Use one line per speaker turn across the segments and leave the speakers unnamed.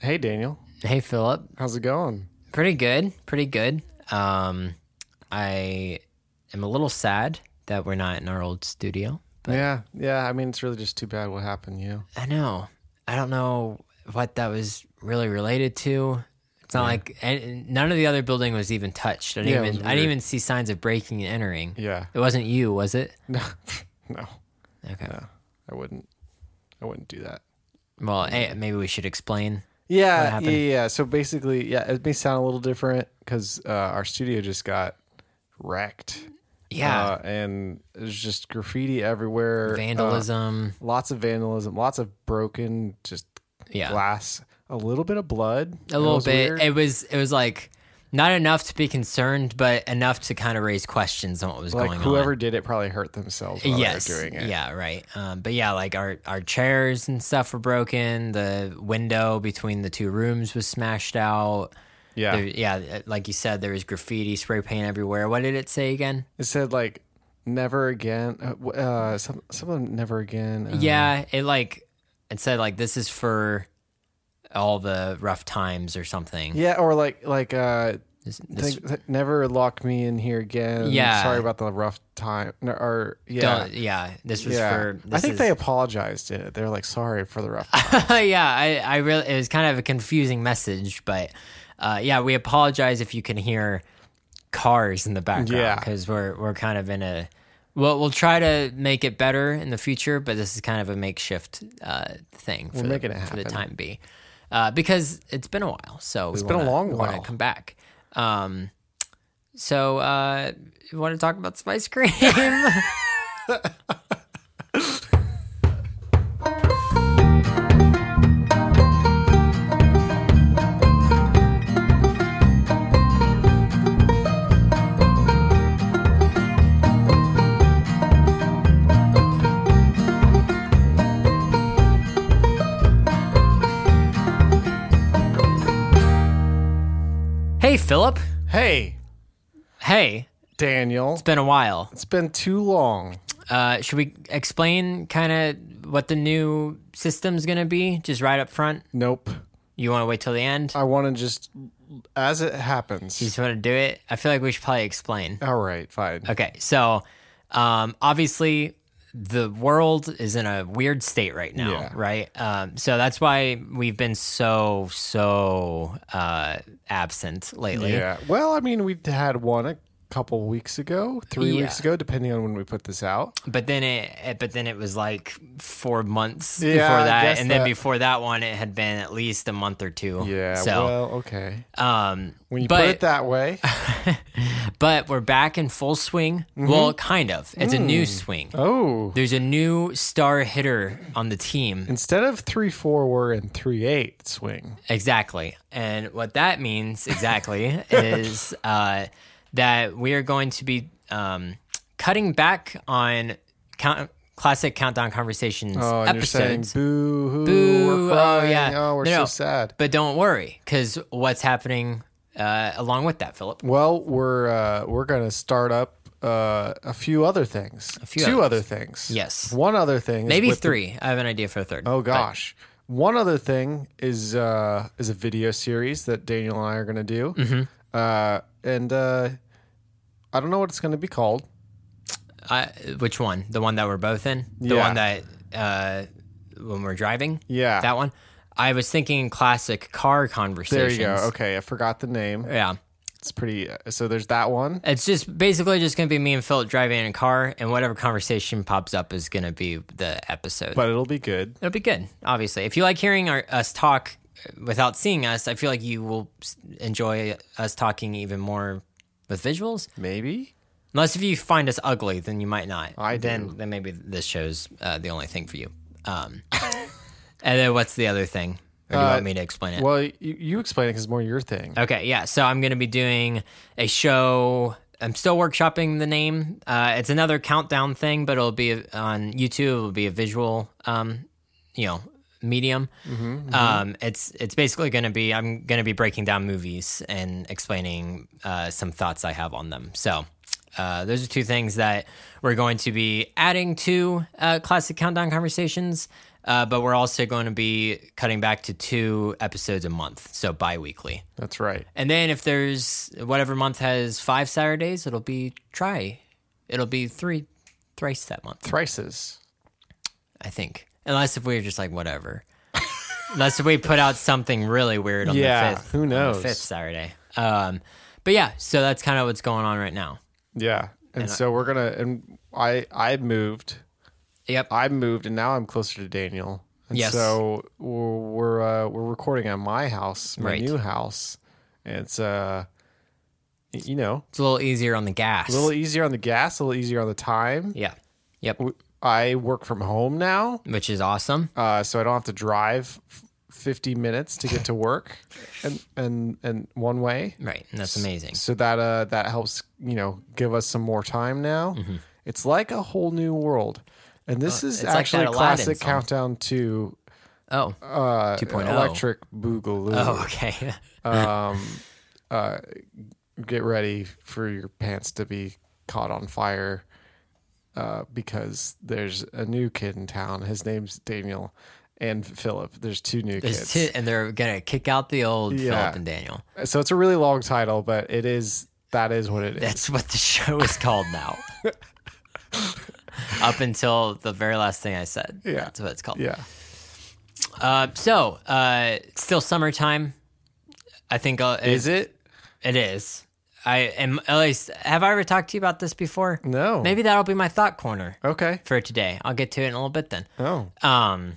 Hey, Daniel.
Hey, Philip.
How's it going?
Pretty good. Pretty good. Um, I am a little sad that we're not in our old studio.
yeah, yeah. I mean, it's really just too bad what happened to you.
I know. I don't know what that was really related to. It's not like and- and none of the other building was even touched. I didn't
Yeah, it was
even I didn't
weird.
even see signs of breaking and entering.
Yeah.
It wasn't you, was it?
No, no,
Okay.
I wouldn't. I wouldn't do that.
Well, eh, maybe we should explain. What
Yeah, yeah,
happened?
yeah. So basically, yeah, it may sound a little different because uh, our studio just got wrecked.
Yeah.
uh, and there's just graffiti everywhere. uh,
Vandalism.
lots of vandalism. Lots of broken, just
Yeah.
glass. A little bit of blood.
a little bit. It was it was like not enough to be concerned, but enough to kind of raise questions on what was
like
going
whoever
on.
did it probably hurt themselves while
yes,
they were doing it.
yeah, right. Um, but yeah, like our our chairs and stuff were broken. The window between the two rooms was smashed out.
Yeah.
There- yeah, uh, like you said, there was graffiti, spray paint everywhere. What did it say again?
It said like never again. Uh, w- uh some some of them never again. Uh,
Yeah, it like it said like this is for all the rough times or something.
yeah, or like like uh.
This- this-
Think, th- never lock me in here again.
Yeah.
sorry about the rough time. No, or yeah,
don't- yeah, this was
yeah.
for.
I
This
think
is-
they apologized. It. They're like sorry for the rough. Time.
yeah, I, I really it was kind of a confusing message, but uh, yeah, we apologize if you can hear cars in the
Yeah.
background because we're we're kind of in a well, we'll try to make it better in the future, but this is kind of a makeshift uh, thing for, the,
making it
for the
happen.
time be uh, because it's been a while, so it's
been a long
want to
while.
come back. Um, so uh, you want to talk about Spice Cream? hey, Philip.
hey,
Hey,
Daniel,
it's been a while.
it's been too long.
Uh, should we explain kind of what the new system's going to be just right up front?
Nope.
You want to wait till the end?
I want to just as it happens.
You just want to do it? I feel like we should probably explain.
All right, fine.
Okay, so um, obviously the world is in a weird state right now,
Yeah.
right? Um, so that's why we've been so, so uh, absent lately.
Yeah. Well, I mean, we had one a couple weeks ago, three
Yeah.
weeks ago, depending on when we put this out.
But then it, it- but then it was like four months
Yeah, I
before that,
guess
and then
that-
before that one, it had been at least a month or two.
Yeah.
So
Well, okay.
um,
When you
but,
put it that way.
but we're back in full swing.
Mm-hmm.
Well, kind of. It's a new swing.
Oh.
There's a new star hitter on the team.
Instead of three four, we're in three eight swing.
Exactly. And what that means exactly is uh, that we are going to be um, cutting back on count- classic Countdown Conversations
Oh, and
episodes.
you're saying boo hoo.
Boo,
We're crying.
oh,
Oh,
yeah.
we're
No, no.
so sad.
but don't worry, because what's happening uh, along with that, Philip?
Well, we're uh, we're gonna start up uh, a few other things. A
few
Two other
others.
things.
Yes.
One other thing. is
Maybe
with the-
three. I have an idea for a third.
oh gosh. One other thing is uh, is a video series that Daniel and I are gonna do.
Mm-hmm.
Uh, and uh, I don't know what it's gonna be called.
I, which one? The one that we're both in? The
Yeah.
one that uh, when we're driving?
Yeah.
That one? I was thinking classic car
there
conversations.
you go. Okay, I forgot the name.
Yeah.
It's pretty. uh, So there's that one.
It's just basically just going to be me and Philip driving in a car, and whatever conversation pops up is going to be the episode.
but it'll be good.
It'll be good, obviously. If you like hearing our, us talk uh, without seeing us, I feel like you will s- enjoy us talking even more with visuals.
Maybe.
Unless if you find us ugly, then you might not.
I
then
do.
then maybe this show's uh, the only thing for you. Um, and then what's the other thing? Or
Uh,
do you want me to explain it?
Well, you, you explain it because more your thing.
okay, yeah. So I'm going to be doing a show. I'm still workshopping the name. Uh, it's another countdown thing, but it'll be on YouTube. It'll be a visual, um, you know, medium. Um, it's it's basically going to be I'm going to be breaking down movies and explaining uh, some thoughts I have on them. So uh, those are two things that we're going to be adding to uh, classic countdown conversations. Uh, but we're also going to be cutting back to two episodes a month, so bi-weekly.
That's right.
And then if there's whatever month has five Saturdays, it'll be try. It'll be three, thrice that month,
Thrices.
I think. Unless if we were just like whatever. Unless if we put out something really weird on
Yeah,
the fifth.
who
on the
knows?
fifth Saturday. Um, but yeah, so that's kind of what's going on right now.
Yeah. And, so we're gonna and I I moved.
Yep.
I moved and now I'm closer to Daniel. And
Yes.
so we're we're, uh, we're recording at my house, my
Right.
new house. And it's uh y- you know,
It's a little easier on the gas.
a little e- easier on the gas, a little easier on the time.
yeah. Yep.
W- I work from home now,
Which is awesome.
uh, so I don't have to drive f- 50 minutes to get to work and and and one way.
Right. And that's amazing.
So that uh that helps, you know, give us some more time now. It's like a whole new world. And this is
Mm-hmm. it's like
actually
that
a
Aladdin
classic
song.
countdown to
Oh.
uh
2.0.
electric boogaloo.
oh, okay.
Get ready for your pants to be caught on fire. Uh, because there's a new kid in town. His name's Daniel and Philip. There's two new kids.
There's two, and they're gonna kick out the old
Yeah.
Philip and Daniel.
So it's a really long title, but it is that is what it is.
That's what the show is called now. Up until the very last thing I said.
Yeah.
That's what it's called.
yeah.
Uh, so, uh, it's still summertime. I think uh, it,
Is it?
it is. I am, at least, have I ever talked to you about this before?
No.
Maybe that'll be my thought corner
Okay.
for today. I'll get to it in a little bit then.
Oh.
Um,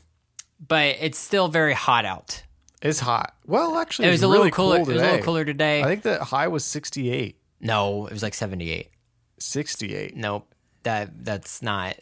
but it's still very hot out.
It's hot. Well, actually,
It
it
was a
really
little cooler.
Cool
it was a
today.
little cooler today.
I think the high was 68.
no, it was like 78.
68.
Nope. That that's not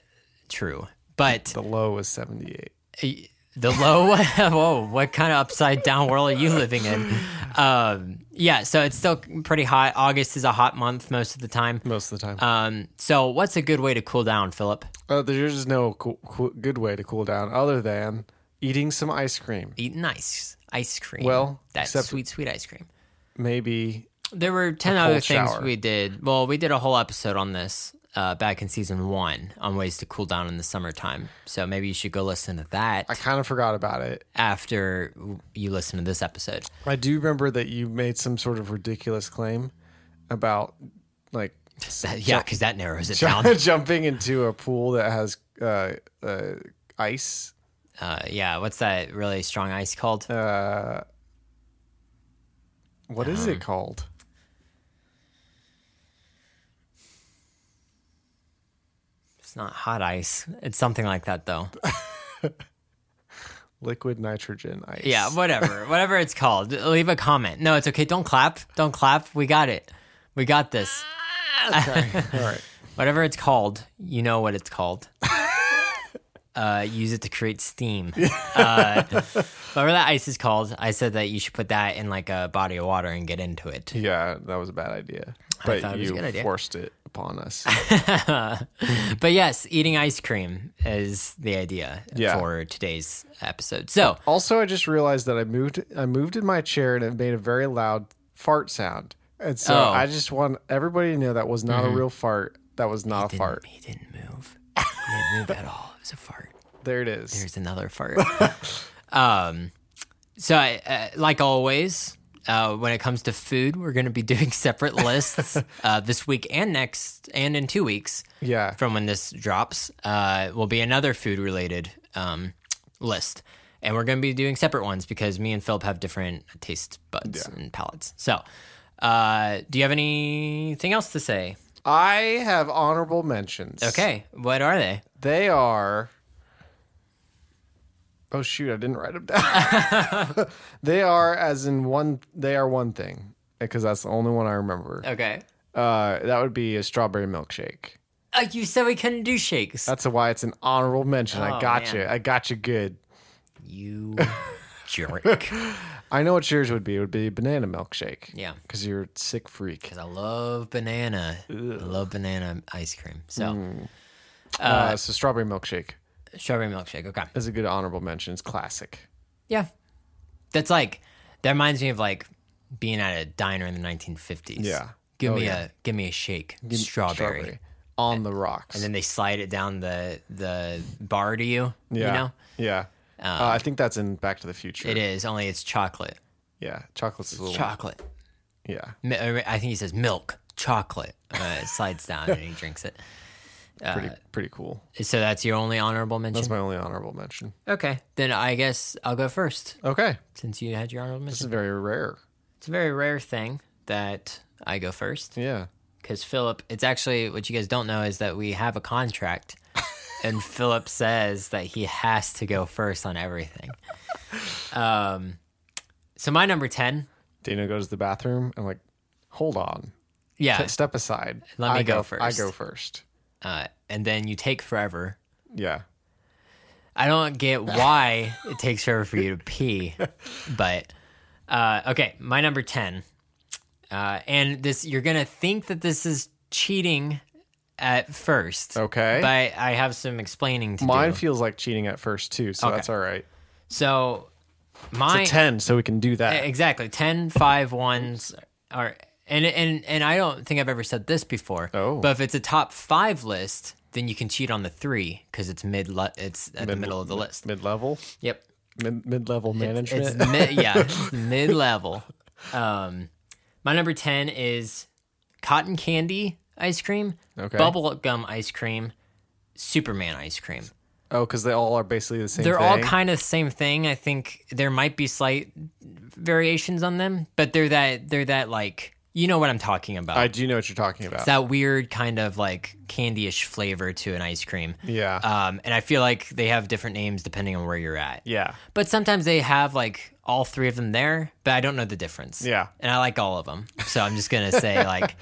true. But
The low was 78.
the low whoa what kind of upside down world are you living in um, yeah so it's still pretty hot august is a hot month most of the time
Most of the time.
um, so what's a good way to cool down philip
Uh, there's just no cool, cool, good way to cool down other than eating some ice cream.
eat nice ice cream
Well,
that's
except-
sweet sweet ice cream
Maybe.
there were 10 other
cold
things
shower.
we did well we did a whole episode on this uh, back in season one on ways to cool down in the summertime so maybe you should go listen to that
I kind of forgot about it.
after w- you listen to this episode
I do remember that you made some sort of ridiculous claim about like s-
yeah because that narrows it down
jumping into a pool that has uh, uh, ice.
uh, yeah, what's that really strong ice called?
What is it called?
it's not hot ice. It's something like that, though.
Liquid nitrogen ice.
Yeah, whatever, whatever it's called. Leave a comment. No, it's okay. Don't clap. Don't clap. We got it. We got this.
Ah, All right.
Whatever it's called, you know what it's called. uh, use it to create steam. uh, whatever that ice is called, I said that you should put that in like a body of water and get into it.
Yeah, that was a bad idea.
thought
But
it was a
you
good idea.
forced it upon us.
But yes, eating ice cream is the idea
Yeah.
for today's episode. So.
also, I just realized that I moved I moved in my chair and it made a very loud fart sound. And so
Oh. Mm-hmm.
I just want everybody to know that was not a real fart. That was not a
didn't-
fart.
He didn't move. He didn't move at all. It was a fart.
There it is.
There's another fart. um, so, I, uh, like always, uh, when it comes to food, we're going to be doing separate lists uh, this week and next, and in two weeks
yeah.
from when this drops, uh, will be another food related um, list. And we're going to be doing separate ones because me and Philip have different taste buds and palates. So, uh, do you have anything else to say?
I have honorable mentions.
Okay, what are they?
They are. Oh shoot! I didn't write them down. they are as in one. They are one thing because that's the only one I remember.
Okay.
Uh, that would be a strawberry milkshake.
Oh, you said we couldn't do shakes.
That's why it's an honorable mention. I
Oh,
got
man.
you. I got you good.
you jerk. Because
I know what yours would be. It would be banana milkshake.
Yeah.
Because you're a sick freak.
I love banana. I love banana ice cream. So,
Uh, so strawberry milkshake
strawberry milkshake. Okay.
is a good honorable mention. It's classic.
Yeah. That's like, that reminds me of like being at a diner in the 1950s.
Yeah.
Give
Oh,
me
yeah.
a give me a shake, strawberry.
On the rocks.
and then they slide it down the the bar to you.
yeah.
You know, Um,
Yeah. Uh, I think that's in Back to the Future.
It is only it's chocolate.
Yeah, chocolate's a little.
Chocolate.
yeah,
Mi- uh, I think he says milk, chocolate. Uh, it slides down and he drinks it. Uh,
pretty pretty cool.
So that's your only honorable mention.
That's my only honorable mention.
Okay, then I guess I'll go first
Okay,
since you had your honorable
this
mention.
is very rare.
It's a very rare thing that I go first.
Yeah,
because Philip, it's actually what you guys don't know is that we have a contract, and Philip says that he has to go first on everything. Um, so my number ten,
Dana goes to the bathroom. I'm like, hold on,
yeah,
step aside.
Let me
I
go
I
first.
go first.
uh, and then you take forever.
Yeah,
I don't get why it takes forever for you to pee, but uh, okay, my number ten, uh, and this you're gonna think that this is cheating at first,
Okay.
But I have some explaining to
mine
do.
feels like cheating at first too, so
Okay.
that's all right.
So my
It's a ten, so we can do that.
exactly 10 5 ones are and and and I don't think I've ever said this before.
Oh.
But if it's a top 5 list, then you can cheat on the 3 cuz it's mid lu- it's at the middle of the list.
Mid level,
Yep.
mid mid level management.
It's mid yeah, mid level. Um my number 10 is cotton candy ice cream,
Okay.
bubble gum ice cream, Superman ice cream.
oh, because they all are basically the same.
They're all
thing?
kind of the same thing. I think there might be slight variations on them, but they're that they're that like you know what I'm talking about.
I do know what you're talking about.
it's that weird kind of like candyish flavor to an ice cream.
yeah,
Um, and I feel like they have different names depending on where you're at.
yeah,
But sometimes they have like all three of them there, but I don't know the difference.
Yeah.
And I like all of them. So I'm just going to say like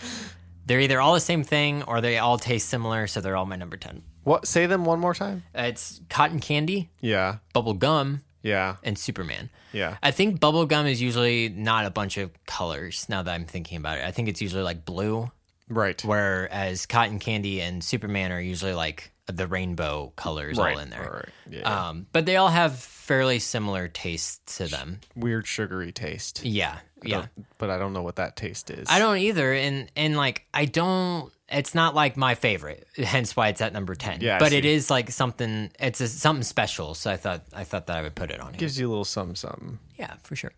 they're either all the same thing or they all taste similar. So they're all my number 10.
What? Say them one more time.
Uh, it's cotton candy,
Yeah,
bubble gum,
yeah,
and Superman.
yeah.
I think bubblegum is usually not a bunch of colors now that I'm thinking about it. I think it's usually like blue,
Right.
whereas cotton candy and Superman are usually like the rainbow colors all in there.
right. Yeah.
Um, but they all have fairly similar tastes to them.
Weird sugary taste.
Yeah. Yeah.
But I don't know what that taste is.
I don't either. And, and like, I don't, it's not like my favorite, hence why it's at number 10.
Yeah, I
but it
see.
is like something, it's a, something special. So I thought, I thought that I would put it on here.
Gives you a little something, something.
Yeah, for sure.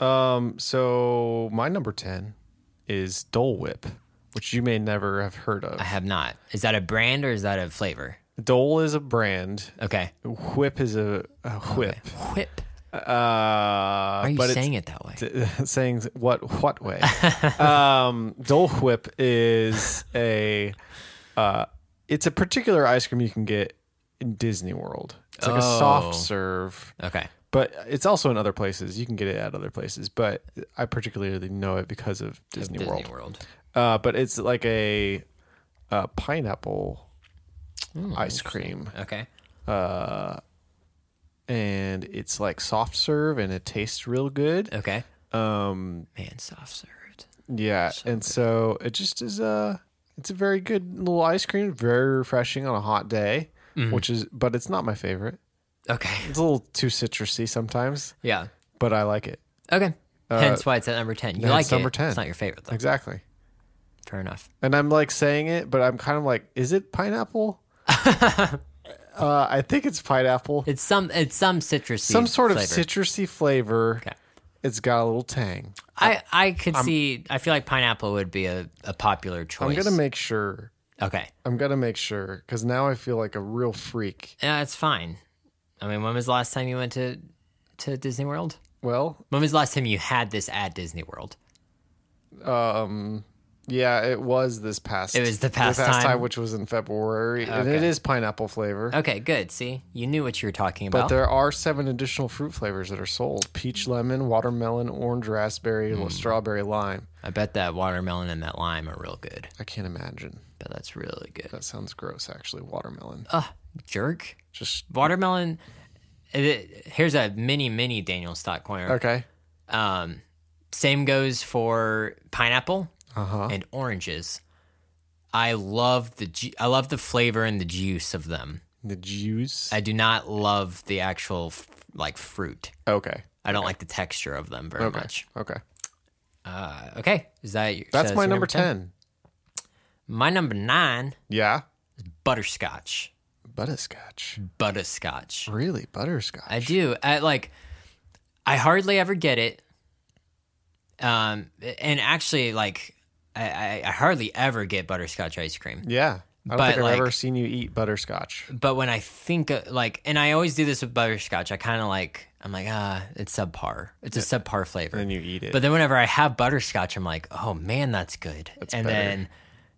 Um, so my number 10 is Dole Whip, which you may never have heard of.
I have not. Is that a brand or is that a flavor?
Dole is a brand,
Okay.
Whip is a, a whip.
Whip.
Uh,
Are you
but
saying it that way?
it's saying what what way? um, Dole Whip is a uh, it's a particular ice cream you can get in Disney World. It's like a
Oh.
soft serve.
Okay.
but it's also in other places. You can get it at other places, but I particularly know it because of Disney,
Disney
World.
World.
Uh, but it's like a, uh pineapple ice cream,
Okay.
and it's like soft serve, and it tastes real good.
Okay. Um. Man, soft served.
Yeah, and so it just is a it's a very good little ice cream, very refreshing on a hot day, which is but it's not my favorite.
Okay.
It's a little too citrusy sometimes,
Yeah.
but I like it.
Okay. Hence why it's at number ten. You
no,
like
it's Uh, number
it.
10.
It's not your favorite though.
Exactly.
Fair enough.
and I'm like saying it, but I'm kind of like, is it pineapple? uh, I think it's pineapple.
It's some. It's some citrusy.
Some sort of
flavor.
citrusy flavor.
Okay.
It's got a little tang.
I I could see. I feel like pineapple would be a, a popular
I'm
choice.
gonna make sure.
okay.
I'm gonna make sure because now I feel like a real freak.
Yeah, it's fine. I mean, when was the last time you went to to Disney World?
Well,
When was the last time you had this at Disney World?
yeah, it was this past.
It was the past
time.
time.
which was in February, and it
Okay. Oh,
is pineapple flavor.
Okay, good. See, you knew what you were talking
But
about.
there are seven additional fruit flavors that are sold: peach, lemon, watermelon, orange, raspberry,
Hmm.
strawberry, lime.
I bet that watermelon and that lime are real good.
I can't imagine.
But that's really good.
That sounds gross. Actually, watermelon.
Ugh, jerk.
Just
Watermelon. it- here's a mini, mini Daniel stock corner.
Okay.
Um, same goes for pineapple
Uh-huh.
and oranges. I love the ju- I love the flavor and the juice of them.
The juice.
I do not love the actual f- like fruit.
okay.
I don't like the texture of them very much.
Okay.
Uh, okay, is that your,
That's
so
my
your
number, 10.
My number nine
Yeah.
is butterscotch.
butterscotch.
butterscotch.
Really, butterscotch.
Hmm. I do. I like. I hardly ever get it. Um, and actually, like, I, I, I hardly ever get butterscotch ice cream.
yeah. I don't
But,
think I've
like-
ever seen you eat butterscotch.
But when I think of, like, and I always do this with butterscotch. I kind of like. I'm like, ah, it's subpar. It's a subpar flavor.
And then you eat it.
But then whenever I have butterscotch, I'm like, oh man, that's good. and
better.
then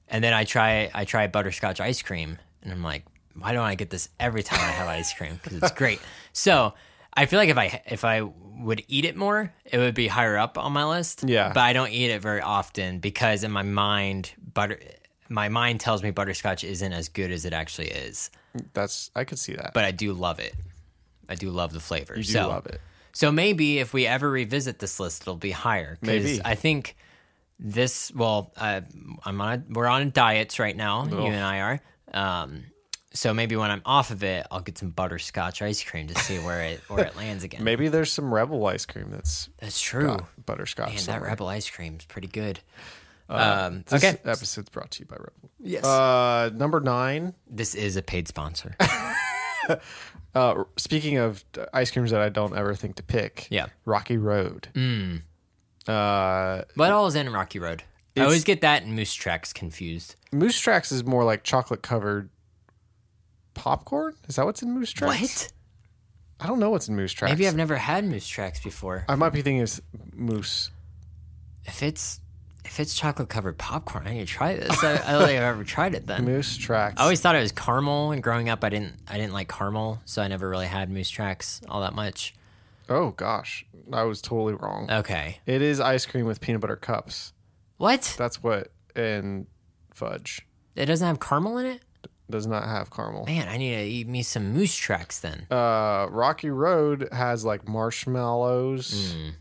and then I try I try butterscotch ice cream, and I'm like, why don't I get this every time I have ice cream? Because it's great. So I feel like if I if I would eat it more, it would be higher up on my list.
Yeah.
But I don't eat it very often because in my mind, butter my mind tells me butterscotch isn't as good as it actually is.
That's I could see that.
But I do love it. I do love the flavor.
you do
so,
love it.
so maybe if we ever revisit this list, it'll be higher. 'cause
Maybe.
I think this. Well, uh, I'm on. A, we're on diets right now. You and I are. Um, so maybe when I'm off of it, I'll get some butterscotch ice cream to see where it where it lands again.
Maybe there's some rebel ice cream that's
That's true.
got butterscotch.
Man, that
somewhere.
rebel ice cream's pretty good. um,
This
okay,
episode's brought to you by Rebel.
Yes.
Uh, number nine.
this is a paid sponsor.
Uh, speaking of uh, ice creams that I don't ever think to pick.
Yeah. Mm.
Rocky Road. Uh,
what all is in Rocky Road? I always get that and Moose Tracks confused.
Moose Tracks is more like chocolate covered popcorn. Is that what's in Moose Tracks?
What?
I don't know what's in Moose Tracks.
Maybe I've never had Moose Tracks before.
I might be thinking it's moose.
If it's if it's chocolate covered popcorn, I need to try this. I, I don't think I've ever tried it then.
Moose Tracks.
I always thought it was caramel, and growing up, I didn't I didn't like caramel, so I never really had moose tracks all that much.
oh gosh, I was totally
Oh.
wrong.
Okay,
it is ice cream with peanut butter cups.
what?
That's what and fudge
It doesn't have caramel in it.
does not have caramel.
Man, I need to eat me some moose tracks then.
uh Rocky Road has like marshmallows.
Mm.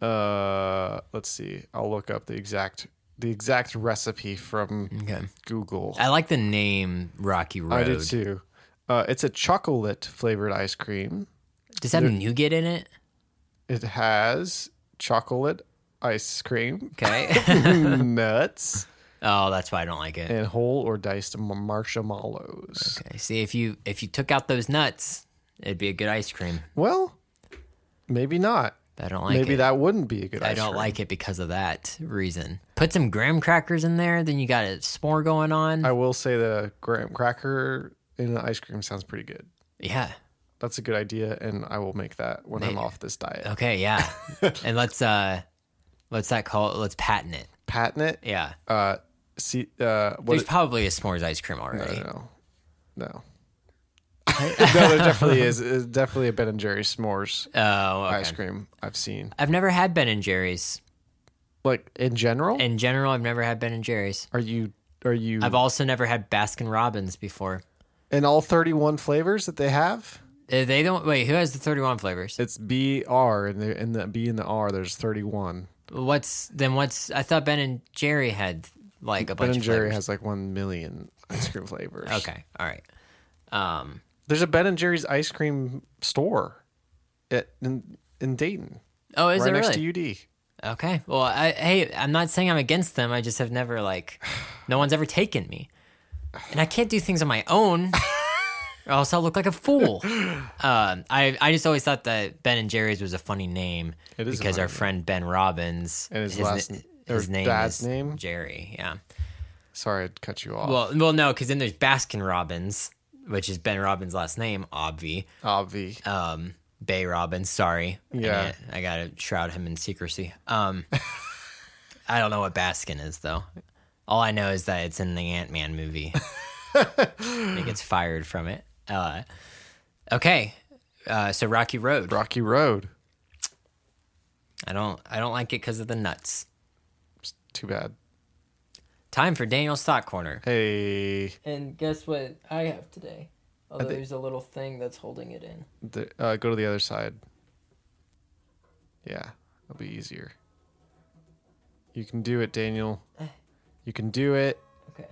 Uh let's see. I'll look up the exact the exact recipe from
Okay,
Google.
I like the name Rocky Road.
I do too. Uh it's a chocolate flavored ice cream.
Does that have nougat in it?
It has chocolate ice cream,
Okay.
nuts,
oh, that's why I don't like it.
and whole or diced m- marshmallows.
Okay. See, if you if you took out those nuts, it'd be a good ice cream.
Well, maybe not.
But I don't like it.
maybe that wouldn't be a good
I
ice
don't
cream.
like it because of that reason. Put some graham crackers in there, then you got a s'more going on.
I will say that a graham cracker in an ice cream sounds pretty good.
yeah.
That's a good idea, and I will make that when I'm off this diet.
Okay, yeah. and let's uh let's that call it let's patent it.
Patent it.
Yeah.
Uh, see, uh, what?
There's
It,
probably a s'mores ice cream already.
no, no, no. There definitely is. It's definitely a Ben and Jerry's s'mores
Oh, okay.
ice cream I've seen.
I've never had Ben and Jerry's.
Like in general,
In general, I've never had Ben and Jerry's.
are you are you
I've also never had Baskin Robbins before.
in all 31 flavors that they have?
Uh, They don't wait, who has the 31 flavors?
It's B R and the and the B and the R. There's 31.
What's then what's I thought Ben and Jerry had like a bunch
Ben and
of
Jerry
flavors.
has like one million ice cream flavors.
Okay. All right. Um
There's a Ben and Jerry's ice cream store at, in in Dayton,
Oh, is
right
there
next
really?
to UD.
Okay. Well, I, hey, I'm not saying I'm against them. I just have never like, no one's ever taken me, and I can't do things on my own, or else I'll look like a fool. Um, I I just always thought that Ben and Jerry's was a funny name
It is a
because
funny
our friend Ben Robbins
And his
na-
last n- or
his name
dad's
is
name?
Jerry. Yeah.
Sorry, I'd cut you off.
Well, well, no, because then there's Baskin Robbins, which is Ben Robbins' last name, obvi.
Obvi.
um Bay Robbins, sorry.
Yeah.
And I, I gotta shroud him in secrecy. Um I don't know what Baskin is though. All I know is that it's in the Ant Man movie. And he gets fired from it. Uh okay. Uh, so Rocky Road.
Rocky Road.
I don't I don't like it because of the nuts.
It's too bad.
Time for Daniel's Thought Corner.
Hey,
And guess what I have today? Although
thi-
there's a little thing that's holding it in.
the, uh, go to the other side. Yeah, it'll be easier. You can do it, Daniel. You can do it.
Okay.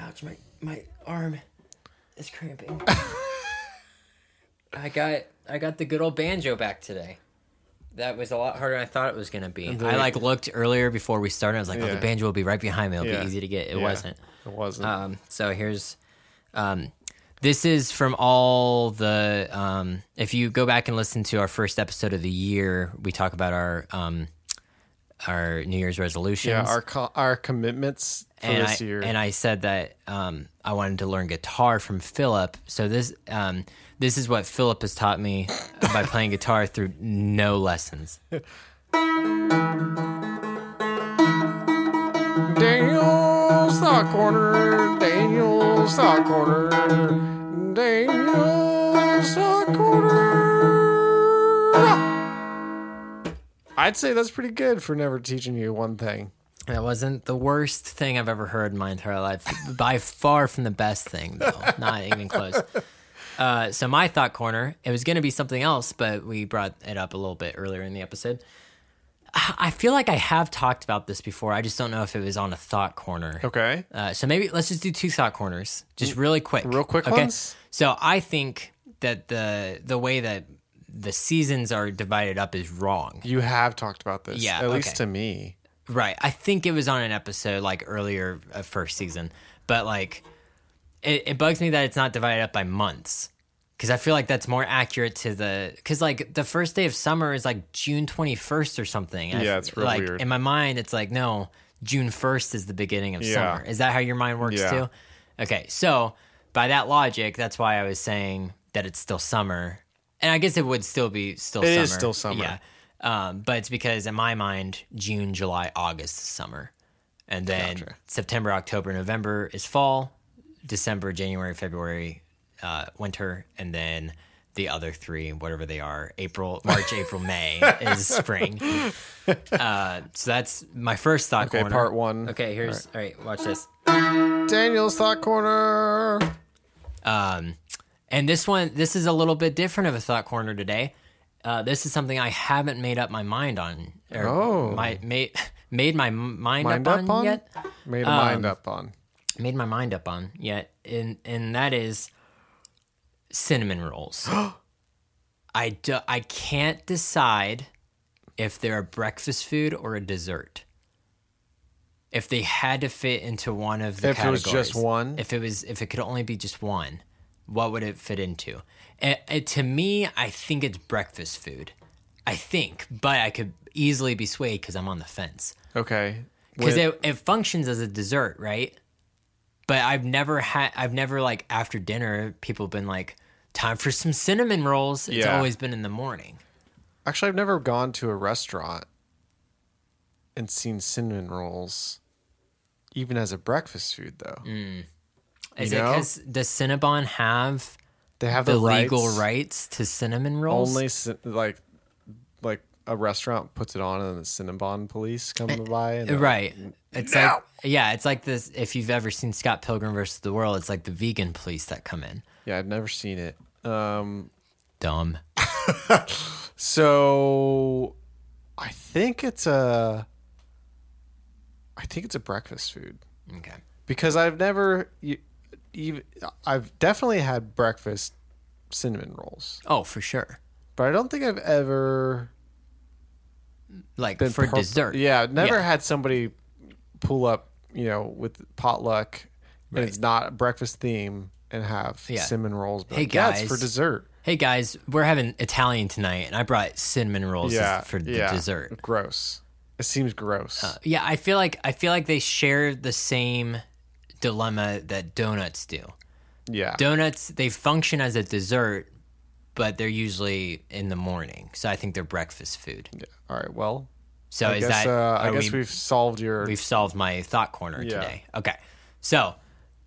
Ouch, my my arm is cramping. I got I got the good old banjo back today. That was a lot harder than I thought it was gonna be. I like looked earlier before we started. I was like, "Oh,
Yeah.
the banjo will be right behind me. It'll
Yeah.
be easy to get." It
Yeah,
wasn't.
It wasn't.
Um, so here's um, This is from all the. Um, if you go back and listen to our first episode of the year, we talk about our um, our New Year's resolutions.
Yeah, our co- our commitments for
and
this
I,
year.
And I said that um, I wanted to learn guitar from Philip. So this um, this is what Philip has taught me by playing guitar through no lessons.
Daniel's Thought Corner. Daniel's Thought Corner. Daniel's Thought Corner. I'd say that's pretty good for never teaching you one thing.
That wasn't the worst thing I've ever heard in my entire life. By far from the best thing, though. Not even close. Uh, so my thought corner, it was going to be something else, but we brought it up a little bit earlier in the episode. I I feel like I have talked about this before. I just don't know if it was on a thought corner.
Okay. Mm,
Uh, so maybe let's just do two thought corners, just really quick,
real quick ones?
So I think that the the way that the seasons are divided up is wrong.
You have talked about this.
Yeah,
At least
okay.
to me.
Right. I think it was on an episode like earlier of first season, but like it, it bugs me that it's not divided up by months because I feel like that's more accurate to the because like the first day of summer is like June twenty first or something. and I
Yeah,
f-
it's real
like,
weird.
In my mind, it's like no, June first is the beginning of
Yeah.
summer. Is that how your mind works
Yeah.
too? Okay, so by that logic, that's why I was saying that it's still summer, and I guess it would still be still.
It
summer.
is still summer.
Yeah. Um, but it's because in my mind, June, July, August is summer. And then September, October, November is fall. December, January, February, uh, winter. And then the other three, whatever they are, April, March, April, May is spring. Uh, so that's my first thought
Okay,
corner.
part one.
Okay, here's, all right, watch this.
Daniel's Thought Corner.
Um, and this one, this is a little bit different of a thought corner today. Uh, this is something I haven't made up my mind on. Or
Oh.
my made made my m- mind,
Mind
up, on, Um, yet.
Made a mind up on.
Made my mind up on yet, and and that is cinnamon rolls. I do, I can't decide if they're a breakfast food or a dessert. If they had to fit into one of the
If it was
categories,
just one?
if it was if it could only be just one, what would it fit into? Eh, eh, to me, I think it's breakfast food. I think, but I could easily be swayed because I'm on the fence
Okay.
because
With-
it, it functions as a dessert, right? But I've never had, I've never like after dinner, people have been like, time for some cinnamon rolls. It's
Yeah.
always been in the morning.
Actually, I've never gone to a restaurant and seen cinnamon rolls, even as a breakfast food, though.
Is
You
it
know?
because does Cinnabon have
They have
the
the,
legal
rights.
rights to cinnamon rolls?
Only cin- like, like a restaurant puts it on, and the Cinnabon police come by. And they're like,
Eh, Uh, right. It's like yeah, it's like this. If you've ever seen Scott Pilgrim versus the World, it's like the vegan police that come in.
yeah, I've never seen it. Um,
Dumb.
so I think it's a, I think it's a breakfast food.
Okay.
because I've never you, even I've definitely had breakfast cinnamon rolls,
Oh, for sure.
but I don't think I've ever
Like
been
for
purpo-
dessert.
Yeah, never
Yeah.
had somebody pull up, you know, with potluck and it's not a breakfast theme and have
Yeah.
cinnamon rolls. But
Hey,
yeah, it's
guys.
for dessert.
Hey guys, we're having Italian tonight, and I brought cinnamon rolls
Yeah,
for the
yeah.
dessert. Uh,
Gross. It seems gross.
Yeah, I feel like I feel like they share the same dilemma that donuts do.
yeah,
Donuts they function as a dessert, but they're usually in the morning, so I think they're breakfast food.
yeah. All right. Well,
So
I
is
guess
that?
uh, I
are
guess
we,
we, have solved your.
we've solved my thought corner
Yeah.
today. Okay, so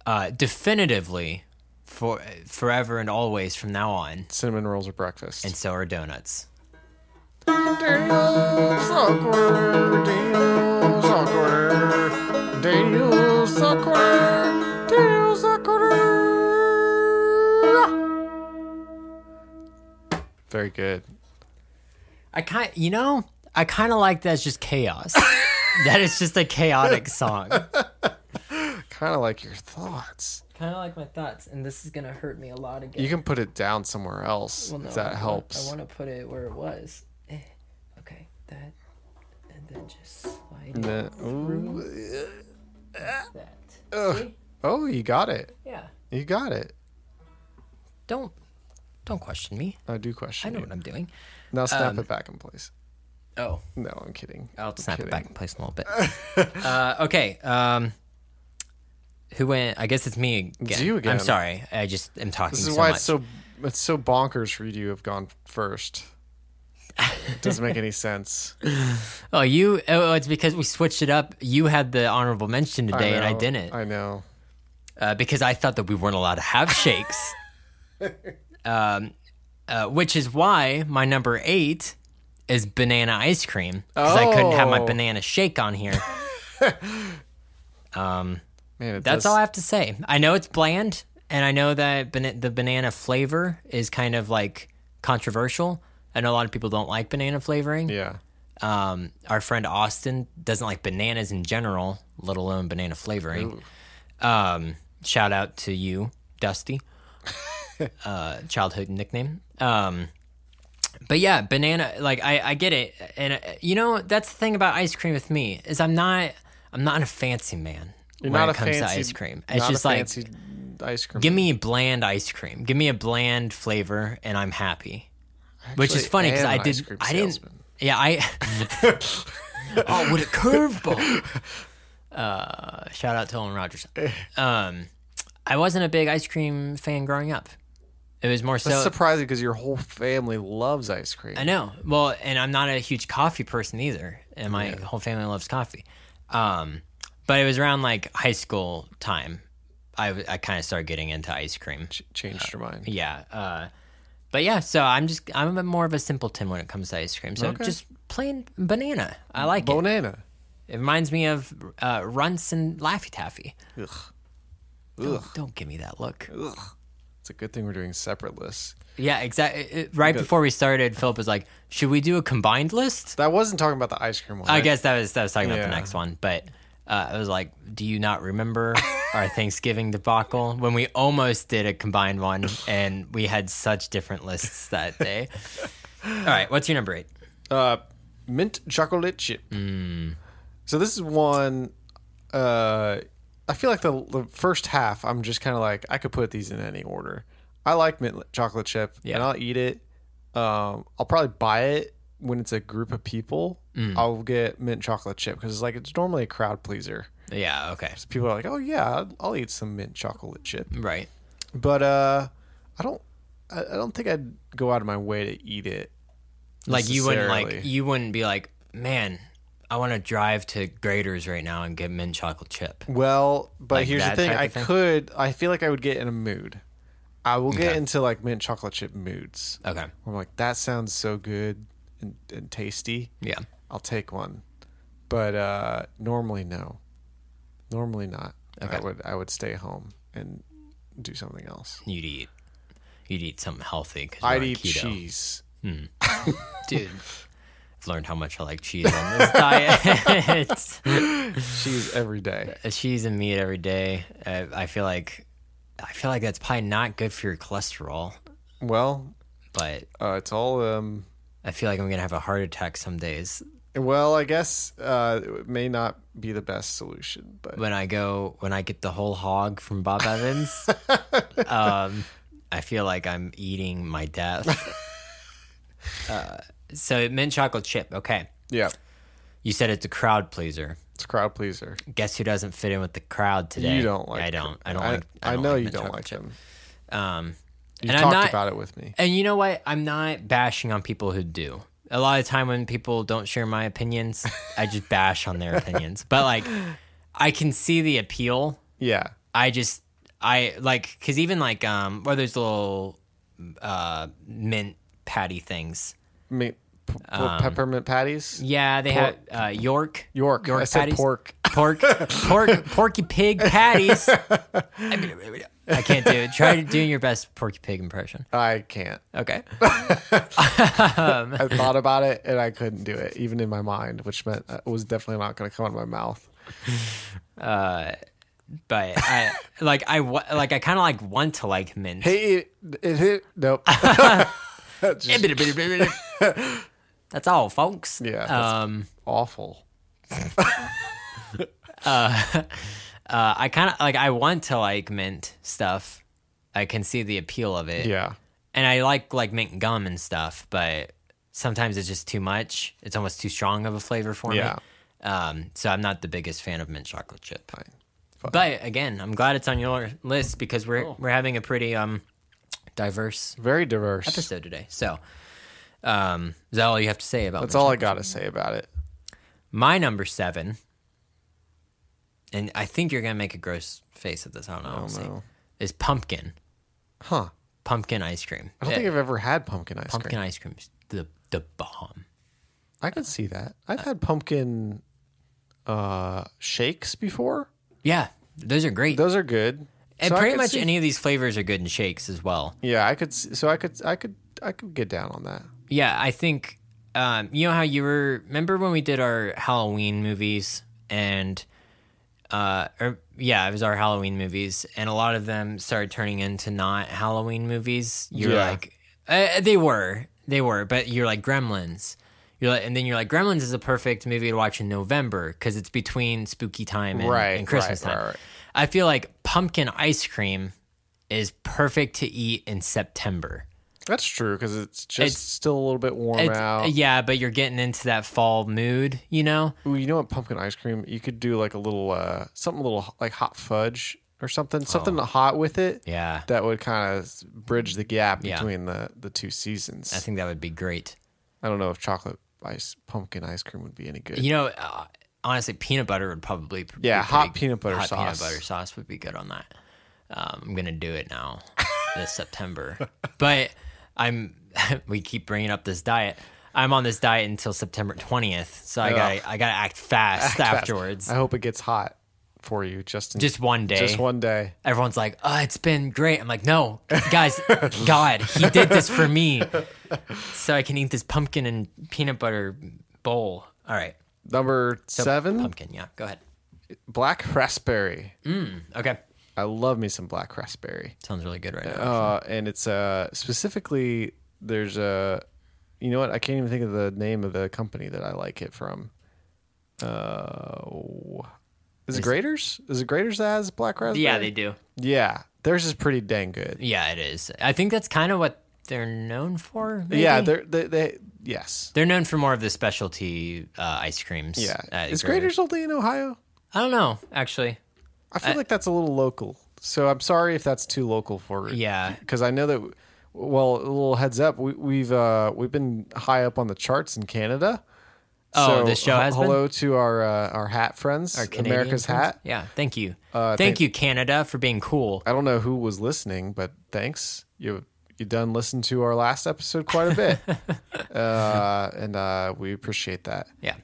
uh, definitively for forever and always from now on,
Cinnamon rolls are breakfast.
and so are donuts.
Daniel's awkward. Daniel's awkward. Daniel's awkward. Daniel's awkward. Very good.
I kind, you know, I kind of like that's just chaos. that is just a chaotic song. kind
Kind of like your thoughts.
of like my thoughts, and this is gonna hurt me a lot again.
You can put it down somewhere else
no,
if
I
that
want-
helps.
I want to put it where it was. Eh, Okay, that, and then just slide
And then- ooh,
that.
ugh.
See?
oh, you got it.
Yeah.
You got it.
Don't don't question me.
I do question.
I know Um,
you.
what I'm doing.
Now snap it back in place.
Oh,
No, I'm kidding.
I'll
I'm
snap
kidding.
it back in place in a little bit. uh, okay. Um, who went? I guess it's me again.
It's you again.
I'm sorry. I just am talking.
This
so
is why
much.
it's so it's so bonkers for you to have gone first. It doesn't make any sense.
Oh, you. Oh, it's because we switched it up. You had the honorable mention today, and I
know,
didn't
I know.
uh, because I thought that we weren't allowed to have shakes. um, uh, which is why my number eight is banana ice cream because I couldn't have my
Oh.
banana shake on here.
Man, it
That's
does,
all I have to say. I know it's bland, and I know that bana- the banana flavor is kind of like controversial. I know a lot of people don't like banana flavoring.
Yeah.
Um, our friend Austin doesn't like bananas in general, let alone banana flavoring. Um, shout out to you, Dusty. uh, childhood nickname. Um, but yeah, banana. Like I, I get it, and uh, you know that's the thing about ice cream with me is I'm not, I'm not a fancy man
You're
when
not
it
a
comes
fancy,
to ice cream. It's
not
just
a
like
fancy ice cream.
give me bland ice cream, give me a bland flavor, and I'm happy. Which is
Actually,
funny because
am
I
an ice
did,
cream
I didn't.
salesman.
Yeah, I. oh, what a curveball! Uh, shout out to Owen Rogers. Um, I wasn't a big ice cream fan growing up. It was more so.
It's surprising because your whole family loves ice cream.
I know. Well, and I'm not a huge coffee person either, and my whole family loves coffee. Um, but it was around like high school time. I w- I kind of started getting into ice cream.
Ch- changed your mind.
Yeah. Uh, but yeah, so I'm just I'm a bit more of a simpleton when it comes to ice cream. So just plain banana. I like it.
Banana.
It reminds me of uh, Runts and Laffy Taffy.
Ugh.
Don't, don't give me that look.
Ugh. It's a good thing we're doing separate lists.
Yeah, exactly. Right before we started, Philip was like, "Should we do a combined list?"
That wasn't talking about the ice cream one.
I guess that was that was talking about the
Yeah.
next one, but uh, I was like, "Do you not remember our Thanksgiving debacle when we almost did a combined one and we had such different lists that day?" All right, what's your number eight?
Uh, mint chocolate chip. So this is one. Uh, I feel like the, the first half, I'm just kind of like I could put these in any order. I like mint chocolate chip, and I'll eat it. Um, I'll probably buy it when it's a group of people. I'll get mint chocolate chip because it's like it's normally a crowd pleaser.
Yeah. Okay.
People are like, "Oh yeah, I'll- I'll eat some mint chocolate chip,"
Right.
but uh, I don't. I I don't think I'd go out of my way to eat it.
Like you wouldn't like
necessarily.
you wouldn't be like, man, I want to drive to Graders right now and get mint chocolate chip.
Well, but
Like
here's the
that
thing.
type of
I
thing?
could. I feel like I would get in a mood. I will get
Okay.
into like mint chocolate chip moods.
Okay.
Where I'm like, that sounds so good and, and tasty.
Yeah.
I'll take one. But uh, normally, no. Normally not. I
Okay.
would. I would stay home and do something else.
You'd eat. You'd eat something healthy because
I'd eat
keto.
cheese.
dude. I've learned how much I like cheese on this diet.
Cheese every day.
It's cheese and meat every day. I, I feel like, I feel like that's probably not good for your cholesterol.
Well,
But
uh, it's all. Um,
I feel like I'm gonna have a heart attack some days
well, I guess uh, it may not be the best solution, but
when I go when I get the whole hog from Bob Evans. um, I feel like I'm eating my death. uh, so mint chocolate chip. Okay,
yeah,
you said it's a crowd pleaser.
it's a crowd pleaser.
Guess who doesn't fit in with the crowd today?
You don't like.
I don't. I don't
I,
like.
I,
don't
know
like
you
mint
don't
chocolate
like
chip.
them.
Um,
You
and I'm
talked
not-
about it with me.
and you know what? I'm not bashing on people who do. A lot of time when people don't share my opinions, I just bash on their opinions. But like, I can see the appeal.
Yeah,
I just I like because even like um where there's little uh mint patty things.
Me, p- p-
Um,
peppermint patties.
Yeah, they have uh, York
York. I
York
said
patties.
pork.
pork pork porky pig patties. I can't do it. Try doing your best porky pig impression.
I can't.
Okay.
I thought about it and I couldn't do it, even in my mind, which meant it was definitely not going to come out of my mouth.
but I like I wa- like I kind of like want to like mint.
Hey, it, it hit. Nope. Just
That's all, folks.
Yeah, that's-
Um.
awful.
Uh, I kind of like I want to like mint stuff. I can see the appeal of it.
Yeah.
And I like like mint gum and stuff, but sometimes it's just too much. It's almost too strong of a flavor for
Yeah.
me. Um, so I'm not the biggest fan of mint chocolate chip.
Fine. Fine.
But again, I'm glad it's on your list because we're we're having a pretty um diverse
Very diverse. That's,
episode today. So um, is that all you have to say about mint
all I got to say about it.
My number seven, and I think you're gonna make a gross face at this. I don't know. we'll see,
know.
Is pumpkin,
Huh.
pumpkin ice cream.
I don't
Yeah,
think I've ever had pumpkin ice
pumpkin
cream.
ice cream's the the bomb.
I can see that.
Uh,
I've had pumpkin uh shakes before.
Yeah, those are great.
Those are good.
and
So I
pretty
could
much
see-
any of these flavors are good in shakes as well.
Yeah, I could s- so I could I could I could get down on that.
Yeah, I think um, you know how you were. Remember when we did our Halloween movies and. Uh, or, yeah, it was our Halloween movies, and a lot of them started turning into not Halloween movies. You're
Yeah.
like, uh, they were, they were, but you're like Gremlins. You're like, and then you're like, Gremlins is a perfect movie to watch in November because it's between spooky time and,
Right,
and Christmas
right,
time.
right, right.
I feel like pumpkin ice cream is perfect to eat in September.
That's true cuz it's just
It's-
still a little bit warm
It's, uh,
out.
yeah, but you're getting into that fall mood, you know?
Ooh, you know what pumpkin ice cream? You could do like a little uh something a little like hot fudge or something, something hot with it.
Oh. Yeah.
That would kind of bridge the gap
Yeah.
between the the two seasons.
I think that would be great.
I don't know if chocolate ice pumpkin ice cream would be any good.
You know, uh, honestly, peanut butter would probably pr-
Yeah,
be
hot
pretty-
peanut butter
hot
sauce.
peanut butter sauce would be good on that. Um, I'm gonna do it now this September, but I'm we keep bringing up this diet. I'm on this diet until September 20th, so I got I gotta act fast afterwards.
I hope it gets hot for you, Justin.
Just one day.
just one day.
Everyone's like, "Oh, it's been great." I'm like, "No, guys, God, He did this for me, so I can eat this pumpkin and peanut butter bowl." All right,
Number seven,
pumpkin. Yeah, go ahead.
black raspberry.
Mm. Okay.
I love me some black raspberry.
Sounds really good right now.
Uh, and it's uh, specifically there's a, you know what? I can't even think of the name of the company that I like it from. Uh, is it Graders? Is it Graders that has black raspberry?
Yeah, they do.
Yeah, theirs is pretty dang good.
Yeah, it is. I think that's kind of what they're known for. maybe?
Yeah, they're they, they yes.
they're known for more of the specialty uh, ice creams.
Yeah,
at
is
Grater's.
Graders only in Ohio?
I don't know actually.
I feel like that's a little local. So I'm sorry if that's too local for
Yeah.
Because I know that. Well, a little heads up. We, we've uh, we've been high up on the charts in Canada. uh,
Oh, this show has been?
hello to our uh, our hat friends,
Canadian
America's
friends?
hat.
Yeah, thank you.
Uh,
thank you, Canada, for being cool.
I don't know who was listening, but thanks. You you done listened to our last episode quite a bit, uh, and uh, we appreciate that.
Yeah.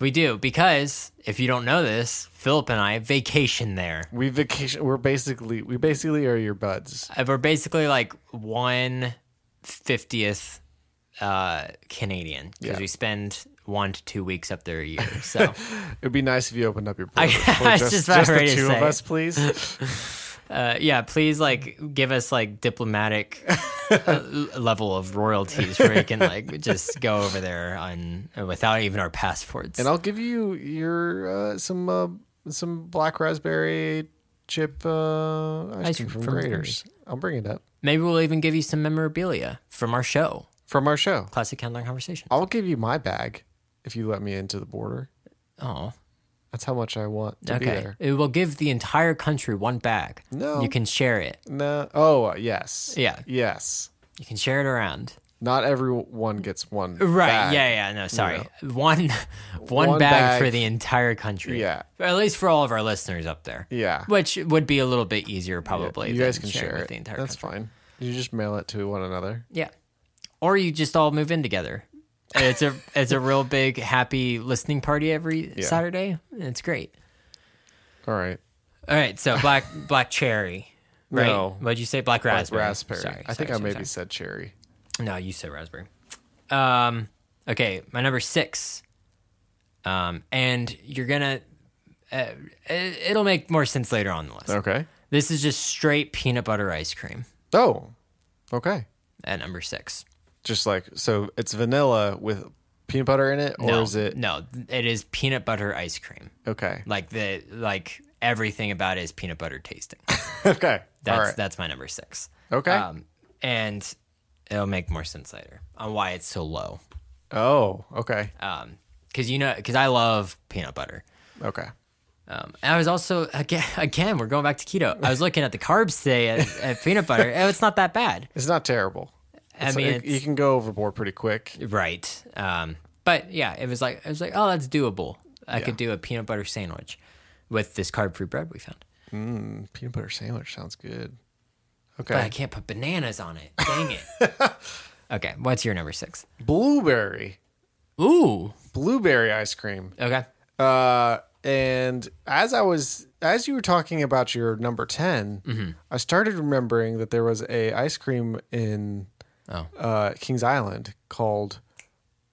We do because if you don't know this, Philip and I vacation there.
We vacation. We're basically we basically are your buds.
Uh, We're basically like one fiftieth uh, Canadian because
Yeah.
we spend one to two weeks up there a year. So
It'd be nice if you opened up your border
I
for
was
just,
just
just,
about
the
ready to
two of
say.
us, please.
uh, yeah, please like give us like diplomatic uh, level of royalties where you can like just go over there on without even our passports.
And I'll give you your uh, some uh, some black raspberry chip uh, ice, cream from, Graders. I'll bring it up
Maybe we'll even give you some memorabilia from our show,
from our show.
Classic Countdown Conversation.
I'll give you my bag if you let me into the border.
Oh.
That's how much I want to be
Okay.
there.
It will give the entire country one bag.
No.
You can share it.
No. Oh uh, yes.
Yeah.
Yes.
You can share it around.
Not everyone gets one.
Right.
bag.
Yeah, yeah, no, sorry. One, one
One
bag,
bag.
for the entire country.
Yeah.
Or at least for all of our listeners up there.
Yeah.
Which would be a little bit easier probably.
You
than
guys can
sharing
share
with
it.
the entire
That's
country.
fine. You just mail it to one another.
Yeah. Or you just all move in together. And It's a it's a real big happy listening party every
Yeah.
Saturday. and It's great.
All right.
All right, so black black cherry. Right?
No.
What'd you say? Black
Black
raspberry.
raspberry.
Sorry,
I think
sorry,
I
sorry,
maybe
sorry.
said cherry.
No, you said raspberry. Um, okay, my number six. Um, and you're gonna. Uh, it- it'll make more sense later on in the list.
Okay.
This is just straight peanut butter ice cream
Oh. Okay.
at number six.
Just like so, it's vanilla with peanut butter in it, or
no,
is it
No, it is peanut butter ice cream.
okay?
Like the like everything about it is peanut butter tasting.
okay.
That's
All right.
that's my number six.
Okay.
Um, and it'll make more sense later on why it's so low.
oh, okay.
Um, because you know, because I love peanut butter.
Okay.
Um, and I was also again, again, we're going back to keto. I was looking at the carbs today at, at peanut butter. Oh, it's not that bad,
It's not terrible.
I
It's-
mean,
it- you
it's-
can go overboard pretty quick.
right? Um, but yeah, it was like it was like, oh, that's doable. I could do a peanut butter sandwich with this carb-free bread we found.
Peanut butter sandwich sounds good.
But I
Okay.
can't put bananas on it. Dang it. okay, what's your number six?
Blueberry.
Ooh.
Blueberry ice cream.
Okay.
Uh, and as I was as you were talking about your number 10
Mm-hmm.
I started remembering that there was a ice cream in
Oh.
uh, Kings Island called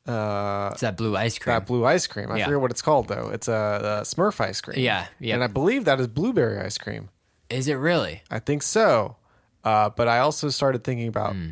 uh,
It's that blue ice cream.
that blue ice cream. I
Yeah.
forget what it's called though. It's a, uh Smurf ice cream.
Yeah, yeah.
And I believe that is blueberry ice cream.
Is it really?
I think so. Uh, but I also started thinking about
Hmm.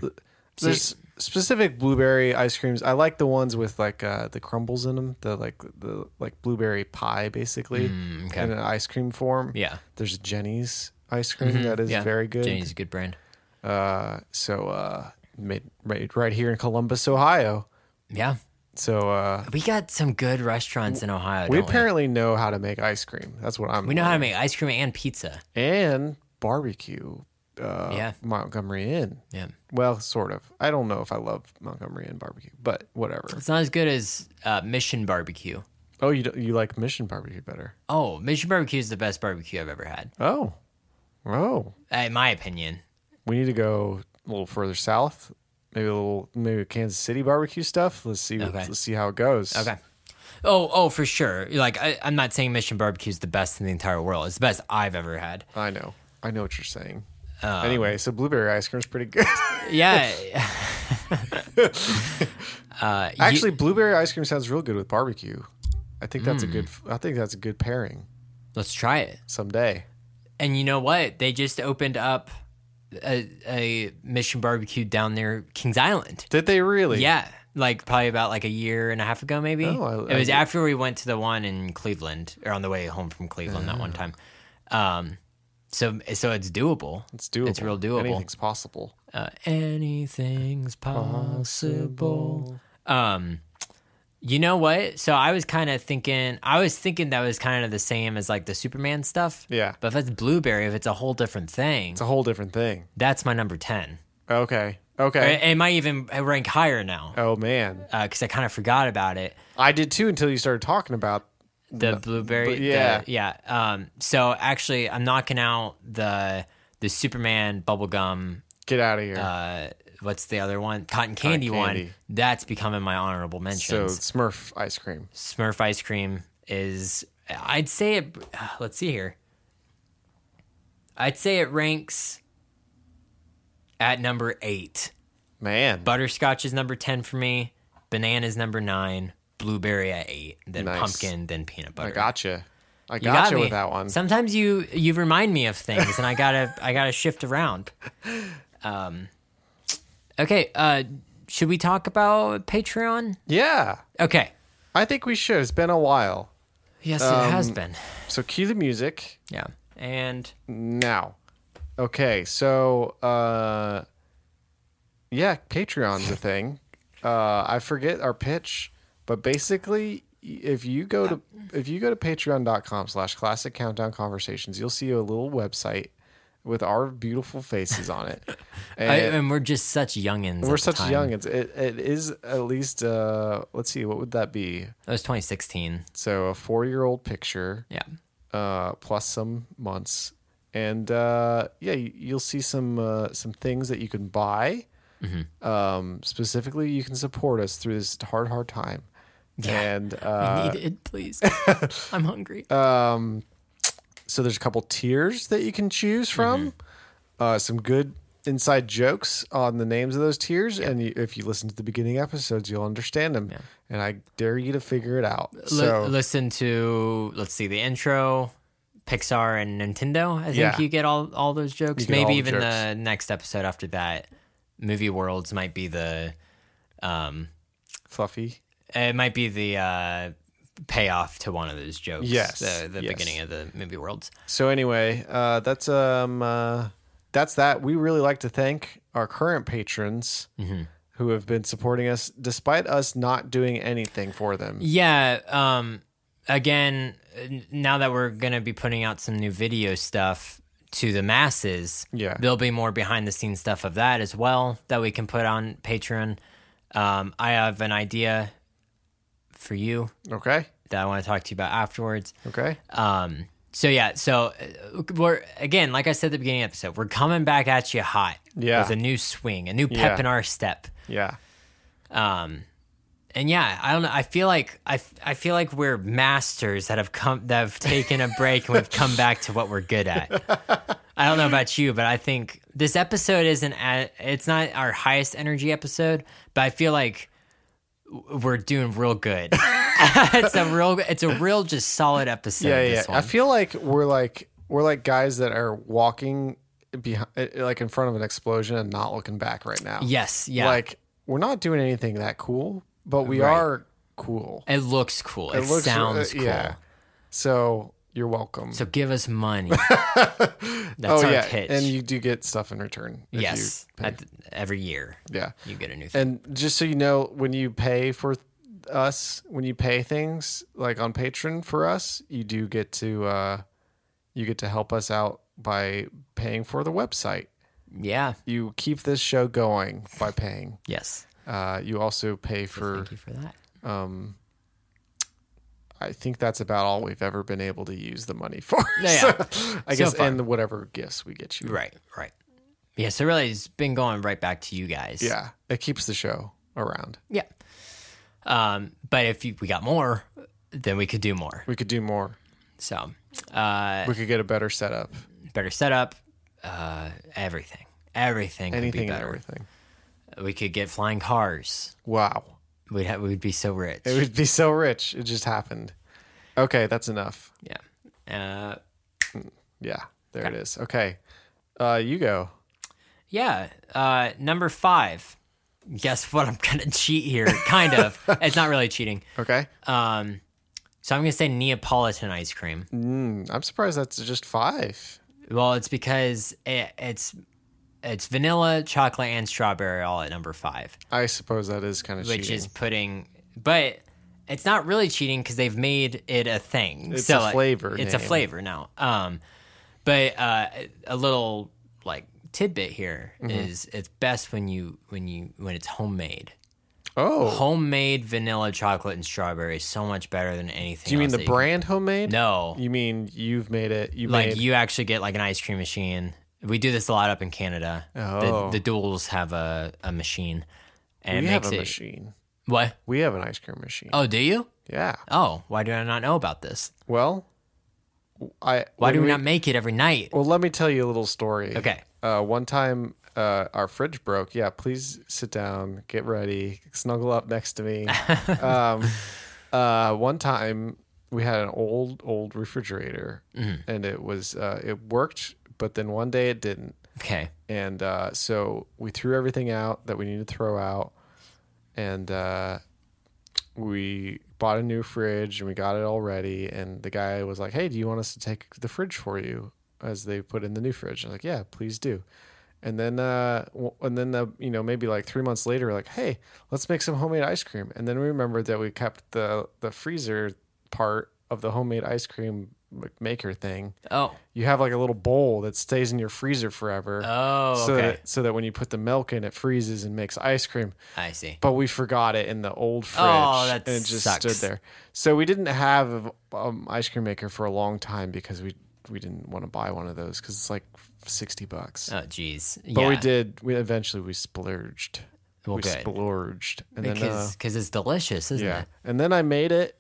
there's specific blueberry ice creams. I like the ones with like uh, the crumbles in them, the like the like blueberry pie basically
Hmm, okay.
in an ice cream form.
Yeah. Mm-hmm,
There's Jenny's ice cream that is
yeah.
very good.
Jenny's a good brand.
Uh, so uh, made made right here in Columbus, Ohio.
Yeah.
So uh,
We got some good restaurants in Ohio.
we
don't we?
apparently know how to make ice cream. That's what I'm.
We know how to make ice cream and pizza.
and barbecue. Uh,
Yeah.
Montgomery Inn.
Yeah.
Well, sort of. I don't know if I love Montgomery Inn barbecue, but whatever.
It's not as good as uh, Mission Barbecue.
Oh, you do- you like Mission barbecue better?
Oh, Mission Barbecue is the best barbecue I've ever had,
Oh, oh.
uh, in my opinion.
We need to go a little further south. Maybe a little, maybe Kansas City barbecue stuff. Let's see.
Okay.
Let's see how it goes.
Okay. Oh, oh, for sure. Like, I, I'm not saying Mission Barbecue is the best in the entire world. It's the best I've ever had.
I know. I know what you're saying. anyway, so blueberry ice cream is pretty good.
Yeah. uh, you-
Actually, blueberry ice cream sounds real good with barbecue. I think that's a good. I think that's a good pairing
let's try it.
someday.
And you know what? They just opened up a, a Mission Barbecue down near Kings Island.
Did they really?
Yeah, like probably about like a year and a half ago, maybe.
Oh, I-
it was
I-
after we went to the one in Cleveland, or on the way home from Cleveland that one time. Um, so so it's doable.
It's doable.
It's real doable.
Anything's possible.
Uh, anything's possible. Um, you know what? So I was kind of thinking. I was thinking that was kind of the same as like the Superman stuff.
Yeah.
But if it's blueberry, if it's a whole different thing,
It's a whole different thing.
that's my number ten.
Okay. Okay.
It, it might even rank higher now
Oh man,
because I kind of forgot about it.
I did too until you started talking about.
the blueberry
but yeah.
the- yeah um so actually i'm knocking out the the superman bubblegum
Get out of here.
uh what's the other one cotton candy,
candy.
one that's becoming my honorable
so
mentions
Smurf ice cream.
smurf ice cream is i'd say it uh, let's see here i'd say it ranks at number eight
Man,
butterscotch is number 10 for me bananas number nine blueberry at eight then
Nice.
pumpkin then peanut butter
I gotcha. I
You
gotcha
got me.
with that one.
Sometimes you you remind me of things, and I gotta I gotta shift around. Um, okay, uh, should we talk about Patreon?
yeah,
Okay,
I think we should. It's been a while.
yes,
Um,
it has been.
So cue the music
Yeah, and
now. Okay, so uh, yeah, Patreon's a thing. Uh, I forget our pitch, but basically, if you go to if you go to patreon.com slash classic countdown conversations, you'll see a little website with our beautiful faces on it. And
I, and we're just such youngins.
eh, we're
at the
such
time.
young. It's it, it is at least uh let's see, what would that be?
That was 2016.
So a four year old picture
Yeah,
uh, plus some months. And uh, yeah, you, you'll see some uh, some things that you can buy. Um, specifically, you can support us through this hard, hard time. And uh,
I need it, please. I'm hungry.
so there's a couple tiers that you can choose from. Uh, some good inside jokes on the names of those tiers, and you, if you listen to the beginning episodes, you'll understand them. And I dare you to figure it out.
Li-
so
listen to let's see the intro pixar and nintendo i think
Yeah.
you get all all those jokes
get all
maybe
the
even
jokes.
the next episode after that movie worlds might be the um
fluffy.
it might be the uh payoff to one of those jokes.
Yes,
the, the
yes.
beginning of the movie worlds.
So anyway, uh, that's um, uh, that's that. We really like to thank our current patrons
Mm-hmm.
who have been supporting us despite us not doing anything for them.
Yeah. Um, again, n- now that we're going to be putting out some new video stuff to the masses,
Yeah.
there'll be more behind the scenes stuff of that as well that we can put on Patreon. Um, I have an idea for you
Okay,
that I want to talk to you about afterwards.
okay,
Um, so yeah, so uh, we're again, like I said at the beginning of the episode, we're coming back at you hot
Yeah.
with a new swing, a new pep
Yeah.
in our step.
yeah,
And yeah, I don't know. I feel like I, f- I feel like we're masters that have come that have taken a break and we've come back to what we're good at. I don't know about you, but I think this episode isn't at, it's not our highest energy episode, but I feel like w- we're doing real good. it's a real it's a real just solid episode.
yeah, yeah.
this
I
One.
feel like we're like we're like guys that are walking behind, like in front of an explosion and not looking back right now.
yes, yeah.
like we're not doing anything that cool, but we
Right.
are cool.
It looks cool. It,
looks-
sounds
uh,
cool.
yeah. So you're welcome.
So give us money. That's
oh
our
yeah,
pitch.
and you do get stuff in return. if you
yes,
pay.
at th- every year
yeah.
you get a new thing.
And just so you know, when you pay for us, when you pay things like on Patreon for us, you do get to uh, you get to help us out by paying for the website.
yeah.
You keep this show going by paying.
Yes.
Uh, you also pay for.
Thank you for that.
I think that's about all we've ever been able to use the money for.
Yeah,
So, I
So
guess,
far.
and whatever gifts we get you.
Right. Right. Yeah. So really, it's been going right back to you guys.
Yeah, it keeps the show around.
Yeah. Um, but if you, we got more, then we could do more.
We could do more.
So, uh,
We could get a better setup.
better setup, uh, everything, everything, could be
Anything and
better.
everything.
We could get flying cars.
Wow.
We'd ha- we'd be so rich.
It would be so rich. It just happened. Okay, that's enough.
yeah. Uh,
Yeah, there it is. Okay, uh, you go.
Yeah. Uh, number five. Guess what? I'm gonna cheat here. Kind of. it's not really cheating.
Okay,
Um, so I'm gonna say Neapolitan ice cream.
Mm, I'm surprised that's just five.
Well, it's because it, it's it's vanilla, chocolate, and strawberry all at number five,
I suppose that is kind of
which
cheating.
is putting. But it's not really cheating because they've made it a thing.
It's a
so like,
flavor
It's a
name.
flavor now. Um, but uh, a little like tidbit here
Mm-hmm.
is it's best when you when you when it's homemade.
oh,
homemade vanilla chocolate and strawberry is so much better than anything.
do you mean
else
the
that
brand homemade?
No,
You mean you've made it? You
like
made
you actually get like an ice cream machine. We do this a lot up in Canada.
Oh.
The, the duels have a, a machine, and
we
it
have
makes
a
it
machine.
what?
We have an ice cream machine.
Oh, do you?
Yeah.
Oh, why do I not know about this?
Well, I.
Why
when
do we, not make it every night?
Well, let me tell you a little story.
Okay.
Uh, one time, uh, our fridge broke. Yeah, please sit down, get ready, snuggle up next to me. um, uh, one time, we had an old, old refrigerator, and it was uh, it worked, but then one day it didn't,
Okay,
and uh, so we threw everything out that we needed to throw out, and uh, we bought a new fridge and we got it all ready. And the guy was like, "Hey, do you want us to take the fridge for you?" As they put in the new fridge, I was like, "Yeah, please do." And then, uh, w- and then the you know maybe like three months later, we're like, "Hey, let's make some homemade ice cream." And then we remembered that we kept the the freezer part of the homemade ice cream like, maker thing.
Oh,
You have like a little bowl that stays in your freezer forever.
Oh,
so
okay.
that, so that when you put the milk in, it freezes and makes ice cream
I see.
but we forgot it in the old fridge
Oh, that
and it just
sucks.
stood there. So we didn't have an um, ice cream maker for a long time because we we didn't want to buy one of those because it's like sixty bucks.
Oh, jeez.
but we did. We eventually we splurged. we
good.
splurged, and
because
then uh,
'cause it's delicious, isn't
yeah,
it?
and then I made it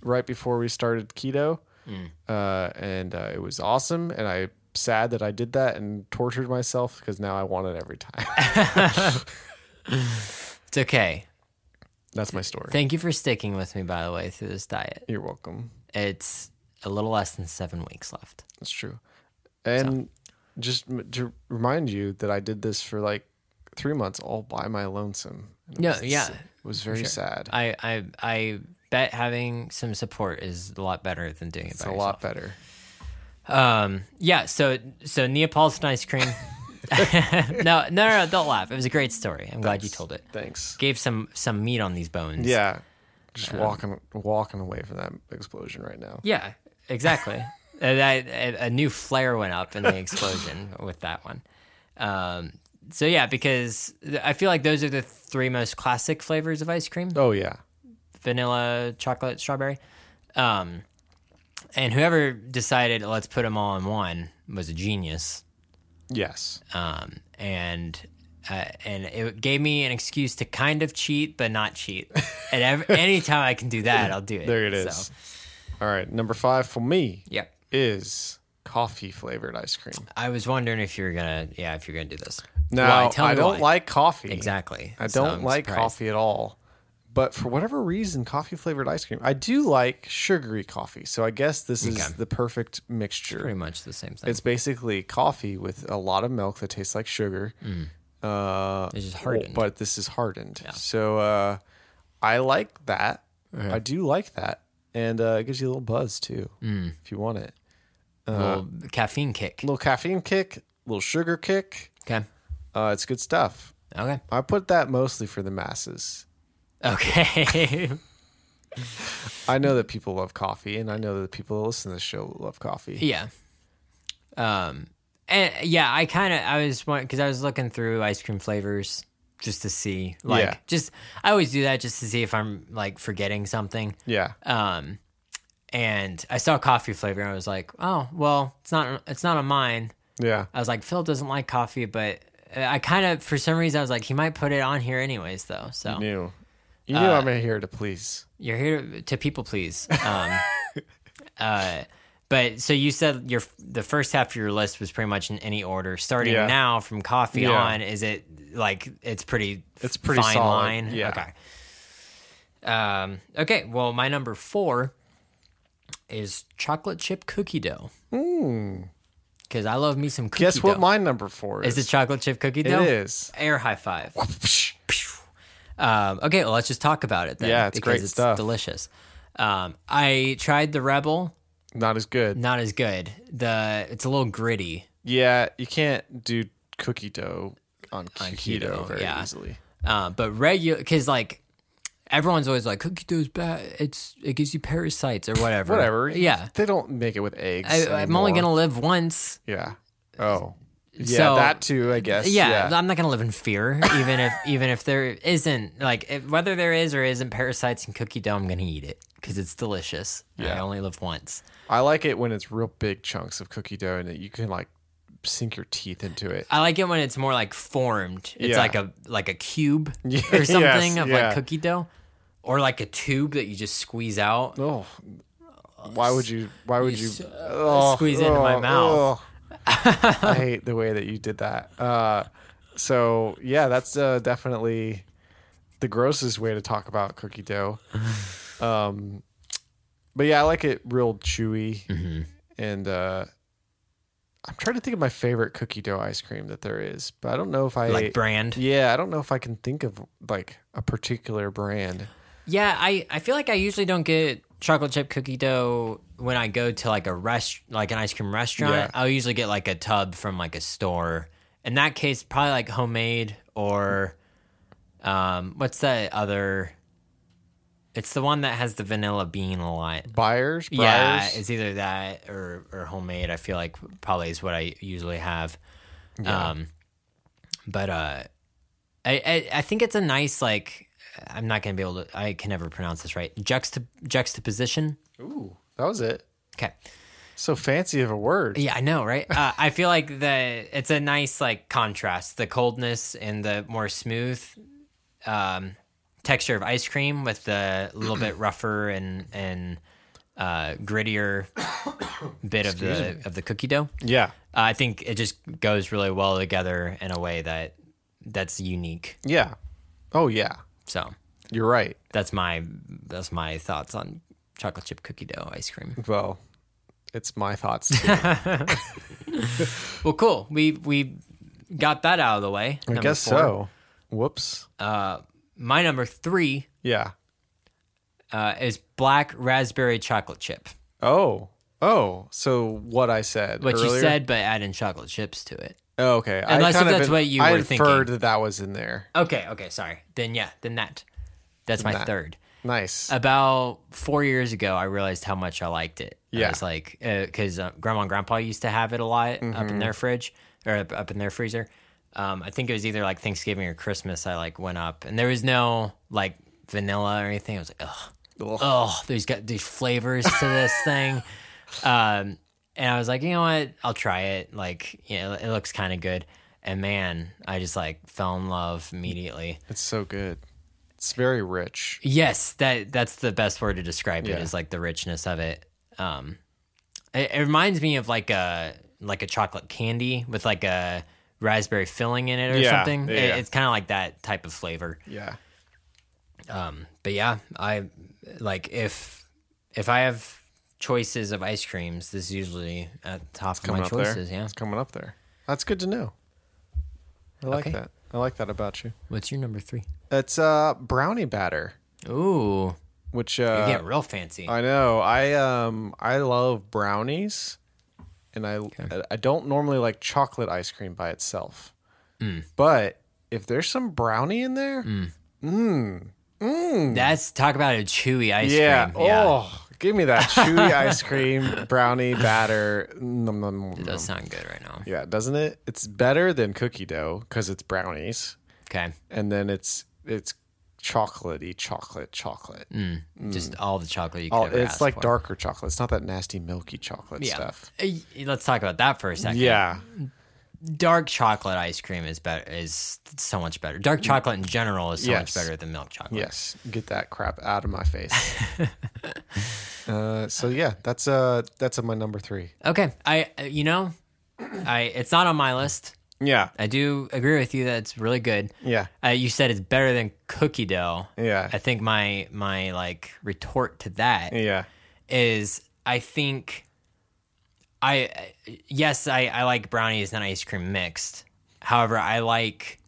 right before we started keto,
Mm.
uh, and uh, it was awesome. And I sad that I did that and tortured myself because now I want it every time.
It's okay.
That's my story.
Thank you for sticking with me, by the way, through this diet.
You're welcome.
It's a little less than seven weeks left.
That's true. And just m- to remind you that I did this for like three months all by my lonesome. And it
Yeah,
was-
yeah.
It was very sad.
I I I bet having some support is a lot better than doing it
It's
by
a
yourself.
lot better.
Um, yeah, so so Neapolitan ice cream. no, no, no, no, don't laugh. It was a great story. I'm glad you told it.
Thanks.
Gave some some meat on these bones.
Yeah. Just walking walking away from that explosion right now.
Yeah, exactly. Uh, that- a, a new flare went up in the explosion with that one. Um, so yeah, because th- I feel like those are the three most classic flavors of ice cream:
Oh yeah.
vanilla, chocolate, strawberry. Um, and whoever decided let's put them all in one was a genius.
Yes.
Um, and uh, and it gave me an excuse to kind of cheat, but not cheat. And ev- anytime I can do that, I'll do it.
There it is.
So,
All right. Number five for me
yep.
is coffee flavored ice cream.
I was wondering if you were gonna, yeah, if you're gonna do this.
Now
Why? Tell
I
me
don't
why.
like coffee.
exactly.
I
So
don't
I'm
like
surprised.
coffee at all. But for whatever reason, coffee flavored ice cream. I do like sugary coffee. So I guess this is
Okay.
the perfect mixture.
Pretty much the same thing.
It's basically coffee with a lot of milk that tastes like sugar. Uh,
Mm. It's just hardened.
But this is hardened. So uh, I like that. I do like that. And uh, it gives you a little buzz too
Mm.
if you want it. Uh-huh.
little caffeine kick.
A little caffeine kick, a little sugar kick.
Okay.
Uh, it's good stuff.
Okay.
I put that mostly for the masses.
Okay.
I know that people love coffee, and I know that people that listen to this show love coffee.
yeah. Um. And yeah, I kind of I was because I was looking through ice cream flavors just to see like
Yeah.
just I always do that just to see if I'm like forgetting something.
Yeah.
Um. And I saw coffee flavor and I was like, oh well, it's not it's not on mine.
Yeah.
I was like, Phil doesn't like coffee, but uh, I kind of, for some reason, I was like, he might put it on here anyways, though. So
New.
Uh,
You knew I'm here to please.
you're here to people please. Um, uh, but so you said your the first half of your list was pretty much in any order. Starting
Yeah.
now from coffee
Yeah.
on, is it like it's pretty?
It's pretty
fine
solid,
line.
yeah.
Okay. Um, okay. Well, my number four is chocolate chip cookie dough. Because I love me some cookie
Guess what
dough.
my number four is.
is it chocolate chip cookie
it
dough?
is.
Air high five. Um, okay, well, let's just talk about it then.
Yeah, it's
because
great
it's
stuff.
Delicious. Um, I tried the Rebel.
Not as good.
Not as good. The it's a little gritty.
Yeah, you can't do cookie dough on, keto,
keto,
very
yeah.
easily.
Uh, but regular because like everyone's always like cookie dough's bad. It's it gives you parasites or whatever.
Whatever.
Yeah.
They don't make it with eggs.
I, I'm only
anymore.
gonna live once.
Yeah. Oh. Yeah,
So-
that too, I guess.
Yeah, I'm not gonna live in fear, even if even if there isn't like if, whether there is or isn't parasites in cookie dough, I'm gonna eat it because it's delicious. I
Yeah.
only live once.
I like it when it's real big chunks of cookie dough and you can like sink your teeth into it.
I like it when it's more like formed. It's
Yeah.
like a like a cube
Yes,
or something of
yeah.
like cookie dough, or like a tube that you just squeeze out.
Oh. Why would you why would you,
s-
oh,
squeeze it into my mouth.
oh. I hate the way that you did that. Uh so yeah, that's uh, definitely the grossest way to talk about cookie dough. Um but yeah, I like it real chewy
Mm-hmm.
and uh I'm trying to think of my favorite cookie dough ice cream that there is, but I don't know if I
Like brand.
Yeah, I don't know if I can think of like a particular brand.
Yeah, I, I feel like I usually don't get chocolate chip cookie dough when I go to like a rest like an ice cream restaurant.
Yeah.
I'll usually get like a tub from like a store. In that case, probably like homemade or um what's that other it's the one that has the vanilla bean a lot.
Buyers,
Yeah,
Briars?
it's either that or or homemade. I feel like probably is what I usually have. Um, but uh, I, I I think it's a nice like I'm not gonna be able to. I can never pronounce this right. Juxta juxtaposition.
Ooh, that was it.
Okay.
So fancy of a word.
Yeah, I know, right? Uh, I feel like the it's a nice like contrast, the coldness and the more smooth um, texture of ice cream with the little bit rougher and and uh, grittier bit of the of the cookie dough.
Yeah.
Uh, I think it just goes really well together in a way that that's unique.
Yeah. Oh yeah.
So
You're right.
that's my that's my thoughts on chocolate chip cookie dough ice cream.
Well, it's my thoughts. Too.
Well, cool. We we got that out of the way.
I guess so. Whoops.
My number three
Yeah.
uh, is black raspberry chocolate chip,
Oh, oh. So what I said?
what
earlier?
you said, but adding chocolate chips to it.
Oh, okay.
Unless
I kind
if
of
that's
in-
what you
I
were
inferred
thinking.
that that was in there.
Okay, okay, sorry. Then yeah, then that. That's my
that.
third.
Nice.
Uh, About four years ago, I realized how much I liked it. I
Yeah.
was like, because uh, grandma and grandpa used to have it a lot up
Mm-hmm.
in their fridge or up, up in their freezer. Um, I think it was either like Thanksgiving or Christmas. I like went up and there was no like vanilla or anything. I was like, ugh,
Ugh.
oh, there's got these flavors to this thing. Um, and I was like, you know what? I'll try it. Like, you know, it looks kind of good. And man, I just like fell in love immediately.
it's so good. It's very rich.
Yes, that that's the best word to describe it is like the richness of it. Um, it, it reminds me of like a like a chocolate candy with like a raspberry filling in it or
Yeah,
something.
yeah,
It-
yeah.
it's kind of like that type of flavor.
Yeah.
But yeah, I like if if I have choices of ice creams, this is usually at the top of my
Coming up
choices.
there.
Yeah.
It's coming up there. That's good to know. I like
Okay.
that. I like that about you.
What's your number three?
It's uh brownie batter,
Ooh,
which
you
uh
get real fancy.
I know. I um I love brownies, and I I don't normally like chocolate ice cream by itself,
Mm.
but if there's some brownie in there,
that's talk about a chewy ice
yeah,
cream. Yeah,
oh, give me that chewy ice cream brownie batter. Nom, nom, nom, nom.
does sound good right now.
Yeah, doesn't it? It's better than cookie dough because it's brownies,
Okay,
and then it's it's chocolatey chocolate chocolate.
just all the chocolate you could
Oh,
ever ask
it's like
Mm, for.
darker chocolate. It's not that nasty milky chocolate stuff.
Uh, Let's talk about that for a second.
Yeah,
Dark chocolate ice cream is better is so much better. Dark chocolate in general is so
Mm.
much
Yes.
better than milk chocolate.
Yes, get that crap out of my face. uh, so yeah, that's uh that's uh, my number three.
Okay. I uh, you know, I it's not on my list.
Yeah,
I do agree with you that it's really good.
yeah,
Uh, you said it's better than cookie dough.
Yeah.
I think my my like retort to that is
yeah,
I think I yes, I, I like brownies and ice cream mixed. However, I like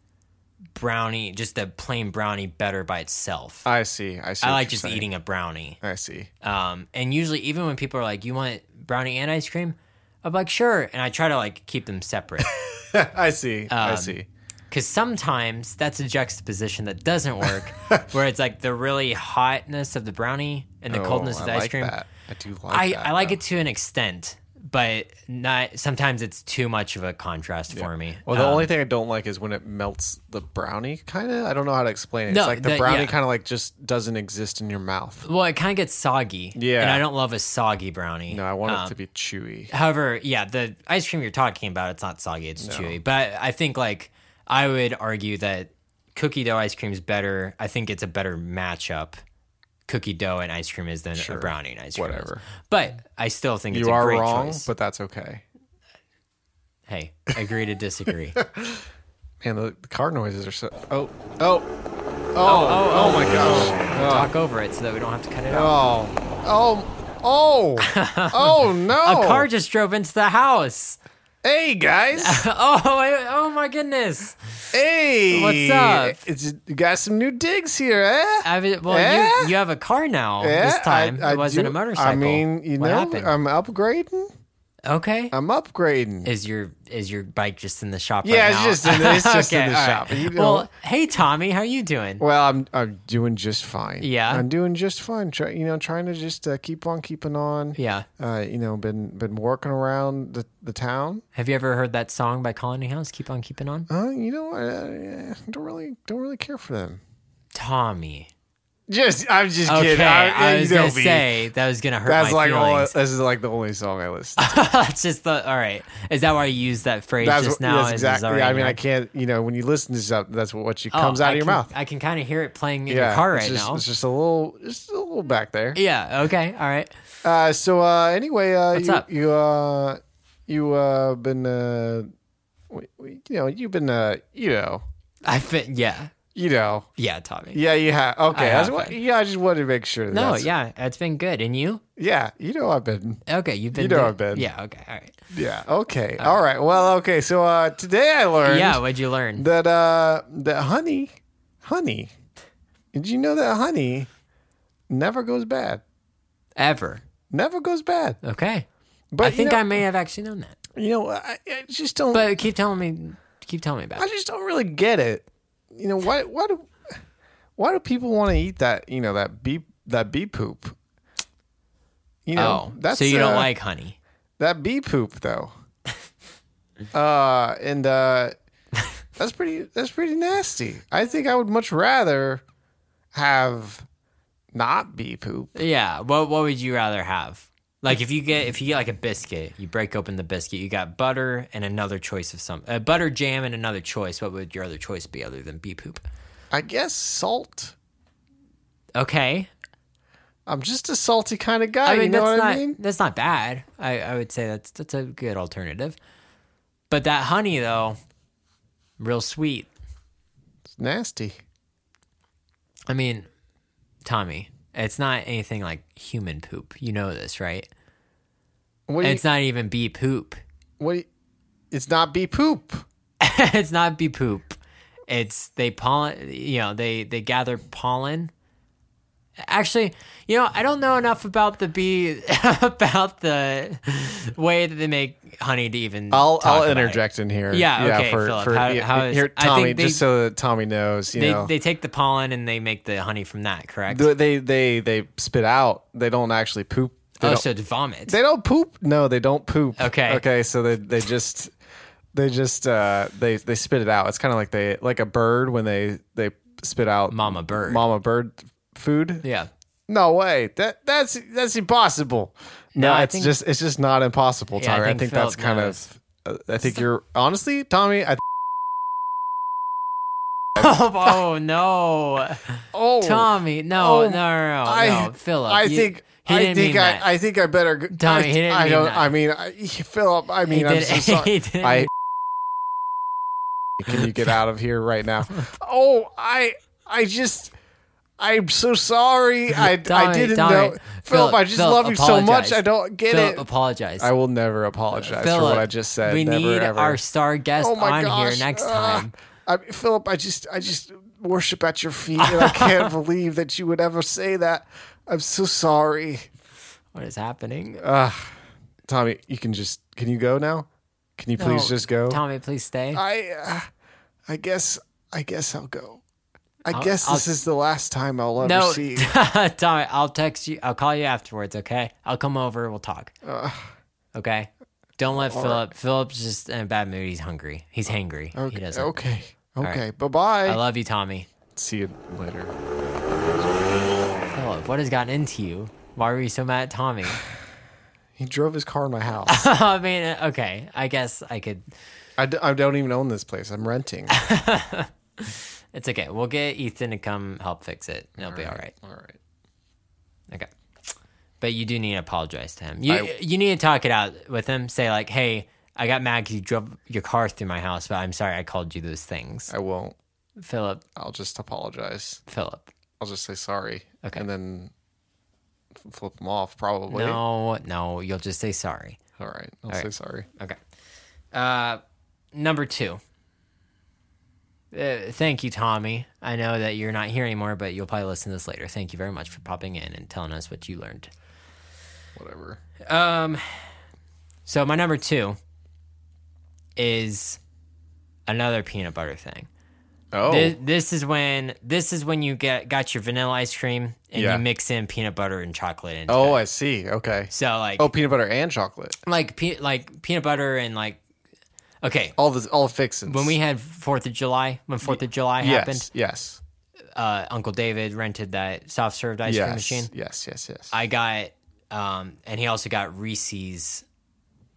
brownie just the plain brownie better by itself.
I see. I see.
I
what
like
you're
just
saying.
eating a brownie.
I see.
Um, and usually, even when people are like, "You want brownie and ice cream?" I'm like, "Sure," and I try to like keep them separate
I see.
um,
I see.
because sometimes that's a juxtaposition that doesn't work, where it's like the really hotness of the brownie and the
Oh,
coldness of
I
the ice
like
cream.
That. I do like.
I,
that,
I like
though.
it to an extent, but not sometimes it's too much of a contrast for me.
Well, the only thing I don't like is when it melts the brownie. Kind of. I don't know how to explain it.
No,
it's like the,
the-
brownie
yeah.
kind of like just doesn't exist in your mouth.
Uh, well, it kind of gets soggy.
Yeah.
and I don't love a soggy brownie.
No, I want
Um,
it to be chewy.
However, yeah, the ice cream you're talking about, it's not soggy, it's chewy. But I think like I would argue that cookie dough ice cream is better. I think it's a better matchup. Cookie dough and ice cream is than a brownie and ice cream. is.
Whatever.
But I still think it's
You
a
are
great
wrong,
choice.
but that's okay.
hey, agree to disagree.
Man, the, the car noises are so. Oh, oh, oh, oh, oh, my gosh.
Talk over it so that we don't have to cut it out.
Oh, oh, oh, oh no!
A car just drove into the house.
Hey guys!
Oh, I- oh my goodness.
hey,
What's up?
It's, you got some new digs here, eh?
I was, well,
Yeah?
you, you have a car now
Eh?
this time.
I- I
it wasn't
do-
a motorcycle.
I mean, you
what
know, um,
happened?
I'm upgrading.
okay.
I'm upgrading.
Is your is your bike just in the shop?
Yeah,
right
it's
now?
just in- it's just in the
all
shop. You know-
well, hey Tommy, how you doing?
well, I'm I'm doing just fine.
Yeah.
I'm doing just fine. Try, you know, trying to just uh, keep on keeping on.
Yeah.
Uh, you know, been been working around the, the town.
Have you ever heard that song by Colony House? Keep on keeping on.
Uh, you know, I, I don't really don't really care for them.
Tommy.
Just I'm just
Okay,
kidding.
I,
you
was
know
gonna
me.
say that was gonna hurt
That's
my
like all,
feelings.
this is like the only song I listen. To.
That's just the all right. Is that why you used that phrase
That's
just
what,
now?
that's
Is- is that
exactly.
right
I mean,
now?
I can't. You know, when you listen to something, that's what, what you
Oh,
comes out
I
of your
can-
mouth.
I can kind of hear it playing in
yeah,
your car
it's
right
just,
now.
It's just a little, just a little back there.
Yeah. Okay. All right.
Uh, so uh, anyway, uh,
What's
you
up?
you uh, you uh, been uh, w- w- you know, you've been uh, you know,
I fit. Yeah.
you know,
Yeah, Tommy.
yeah, you have. Okay,
I
that's
have
what. Yeah, I just wanted to make sure. That
no.
that's-
Yeah. It's been good. And you?
yeah, you know, I've been.
Okay. You've been.
know
doing-
I've been.
Yeah. Okay. All right.
Yeah. Okay. All right. Well. Okay. So uh, today I learned.
Yeah. What'd you learn?
that uh that honey honey did you know that honey never goes bad.
ever.
Never goes bad.
Okay.
But
I think
you know,
I may have actually known that.
You know, I, I just don't.
But keep telling me, keep telling me about
I
it.
just don't really get it. You know why? Why do why do people want to eat that? You know that bee that bee poop. You know
oh, so you
uh,
don't like honey?
that bee poop though. uh, and uh, that's pretty. That's pretty nasty. I think I would much rather have not bee poop.
Yeah. What What would you rather have? Like if you get if you get like a biscuit, you break open the biscuit. You got butter and another choice of some uh, butter jam and another choice. What would your other choice be other than bee poop?
I guess salt.
Okay.
I'm just a salty kind of guy.
I mean
Oh, you know
that's
what
not
I mean?
that's not bad. I I would say that's that's a good alternative. But that honey though, real sweet.
It's nasty.
I mean, Tommy, it's not anything like human poop. You know this, right?
What do
And
you,
it's not even bee poop.
what? do you- it's not bee poop.
it's not bee poop. It's they pollen. You know, they they gather pollen. Actually, you know, I don't know enough about the bee about the way that they make honey to even.
I'll
talk
I'll
about it.
interject in here.
Yeah, okay, Philip. How-
yeah,
how is-
here,
I think
Tommy,
they-
just so that Tommy knows, you
They
know,
they take the pollen and they make the honey from that. Correct.
they, they they they spit out. They don't actually poop. They,
oh,
don't,
so it's vomit.
they don't poop. No, they don't poop.
Okay.
okay. So they they just they just uh they they spit it out. It's kind of like they like a bird when they they spit out
Mama bird.
mama bird food.
yeah.
No way. That that's that's impossible. No,
No, I
it's
think-
just it's just not impossible,
Yeah, I
Tommy. I
think
think, that's
Philip
kind
knows.
of. uh, I think you're honestly, Tommy. I
oh no.
oh,
Tommy,
Oh,
no, no, no, no,
I-
no. Philip.
I
you-
think
he
I
didn't
think
mean
I,
that.
I think I better. g-
Tommy,
I,
he didn't
I
mean
don't.
that.
I mean, I, Philip. I mean,
He
I'm
did-
so sorry.
he didn't
I
mean-
can you get out of here right now? Oh, I I just. I'm so sorry. I, I
Tommy,
didn't
Tommy.
know, Philip. I just
Philip,
love you so much.
apologize.
I don't get
Philip,
it.
apologize.
I will never apologize
Philip,
for what I just said.
We
never,
need
ever.
our star guest
oh my
on
gosh.
here next
Ah.
time.
I mean, Philip, I just I just worship at your feet, and I can't believe that you would ever say that. I'm so sorry,
What is happening?
Uh, Tommy. You can just can you go now? Can you please
No,
just go?
Oh, Tommy, please stay.
I uh, I guess I guess I'll go. I
I'll-
guess
I'll-
this is the last time I'll ever
no,
see. you.
Tommy, I'll text you. I'll call you afterwards, okay? I'll come over. We'll talk. okay? Don't let Philip. Philip's just in a bad mood. He's hungry. He's hangry. He
Oh, Okay,
doesn't.
okay, okay. Bye
I
bye.
love you, Tommy.
See you later.
Philip, what has gotten into you? Why were you so mad at Tommy?
He drove his car in my house.
I mean, uh, okay. I guess I could.
I, d- I don't even own this place. I'm renting.
It's okay. We'll get Ethan to come help fix it. It'll be all right.
All right.
Okay. But you do need to apologize to him. You
I-
you need to talk it out with him. Say like, "Hey, I got mad because you drove your car through my house, but I'm sorry I called you those things."
I won't.
Philip,
I'll just apologize.
Philip.
I'll just say sorry.
Okay.
And then f- flip them off, probably.
No, no, you'll just say sorry.
All right. I'll say sorry.
Okay. Uh, number two. Uh, thank you, Tommy. I know that you're not here anymore, but you'll probably listen to this later. Thank you very much for popping in and telling us what you learned.
Whatever.
So my number two is another peanut butter thing.
Oh.
This, this is when this is when you get got your vanilla ice cream and
Yeah.
you mix in peanut butter and chocolate. And
oh, I see. Okay.
so like
Oh, peanut butter and chocolate.
like pe- like peanut butter and like okay.
All the all the fixins.
When we had Fourth of July, when Fourth of July
yes,
happened,
yes,
uh, Uncle David rented that soft served ice
yes,
cream machine.
yes, yes, yes.
I got, um, and he also got Reese's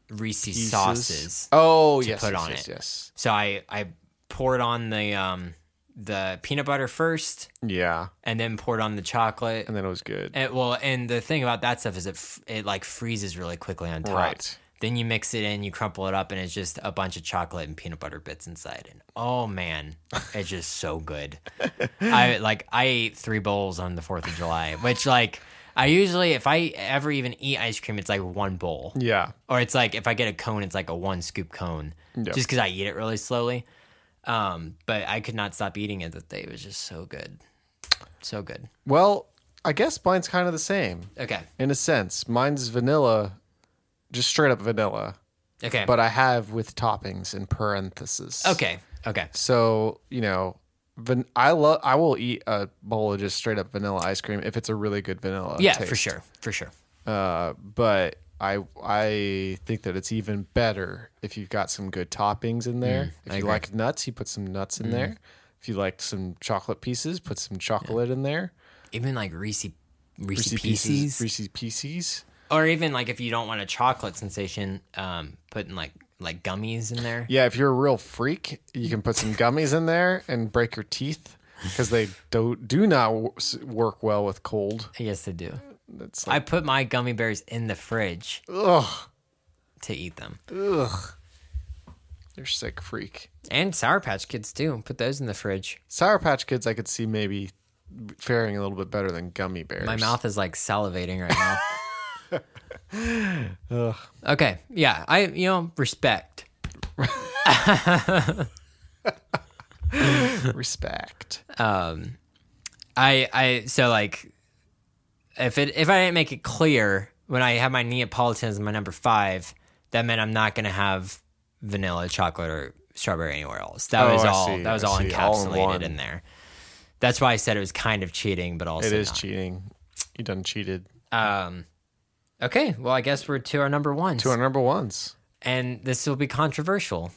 Reese's
Pieces.
sauces.
Oh, yes,
put
yes,
on
yes,
it.
yes.
So I I poured on the um the peanut butter first,
Yeah,
and then poured on the chocolate.
and then it was good.
And, well, and the thing about that stuff is it f- it like freezes really quickly on top.
Right.
Then you mix it in, you crumple it up, and it's just a bunch of chocolate and peanut butter bits inside. And oh man, it's just so good. I like I ate three bowls on the Fourth of July, which like I usually if I ever even eat ice cream, it's like one bowl
yeah,
or it's like if I get a cone, it's like a one scoop cone, Just 'cause just because I eat it really slowly. Um, but I could not stop eating it that day. It was just so good, so good.
Well, I guess mine's kind of the same
Okay.
in a sense. Mine's vanilla, just straight up vanilla,
Okay.
but I have with toppings in parentheses.
okay. Okay.
So you know, van- I love. I will eat a bowl of just straight up vanilla ice cream if it's a really good vanilla.
Yeah,
taste.
for sure. For sure.
Uh, but I I think that it's even better if you've got some good toppings in there. if
Mm, I
you
agree. Mm.
like nuts, you put some nuts in there. If you like some chocolate pieces, put some chocolate in there.
Even like Reese Reese
Reese's
pieces.
Reese's Pieces.
Or even like if you don't want a chocolate sensation, um, putting like like gummies in there.
Yeah, if you're a real freak, you can put some gummies in there and break your teeth because they do do not w- s- work well with cold.
Yes, they do.
It's
I put my gummy bears in the fridge
Ugh,
to eat them,
ugh. You're sick freak.
and Sour Patch Kids too. Put those in the fridge.
Sour Patch Kids, I could see maybe faring a little bit better than gummy bears.
My mouth is like salivating right now. Okay, yeah, I you know respect.
Respect.
I I so like if it if I didn't make it clear when I have my Neapolitans and my number five, that meant I'm not gonna have vanilla, chocolate, or strawberry anywhere else. That
Oh,
was
I
all
see,
that was
I
all
see. All in
encapsulated
one.
in there. That's why I said it was kind of cheating, but also
It is
not.
cheating. You done cheated.
okay. Well, I guess we're to our number ones,
To our number ones.
and this will be controversial.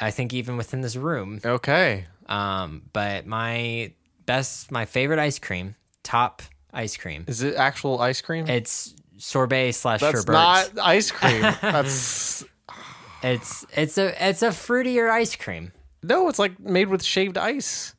I think even within this room,
Okay.
um, but my best, my favorite ice cream, top ice cream.
Is it actual ice cream?
It's sorbet slash
That's
sherbet.
not ice cream. That's
It's it's a it's a fruitier ice cream.
no. It's like made with shaved ice.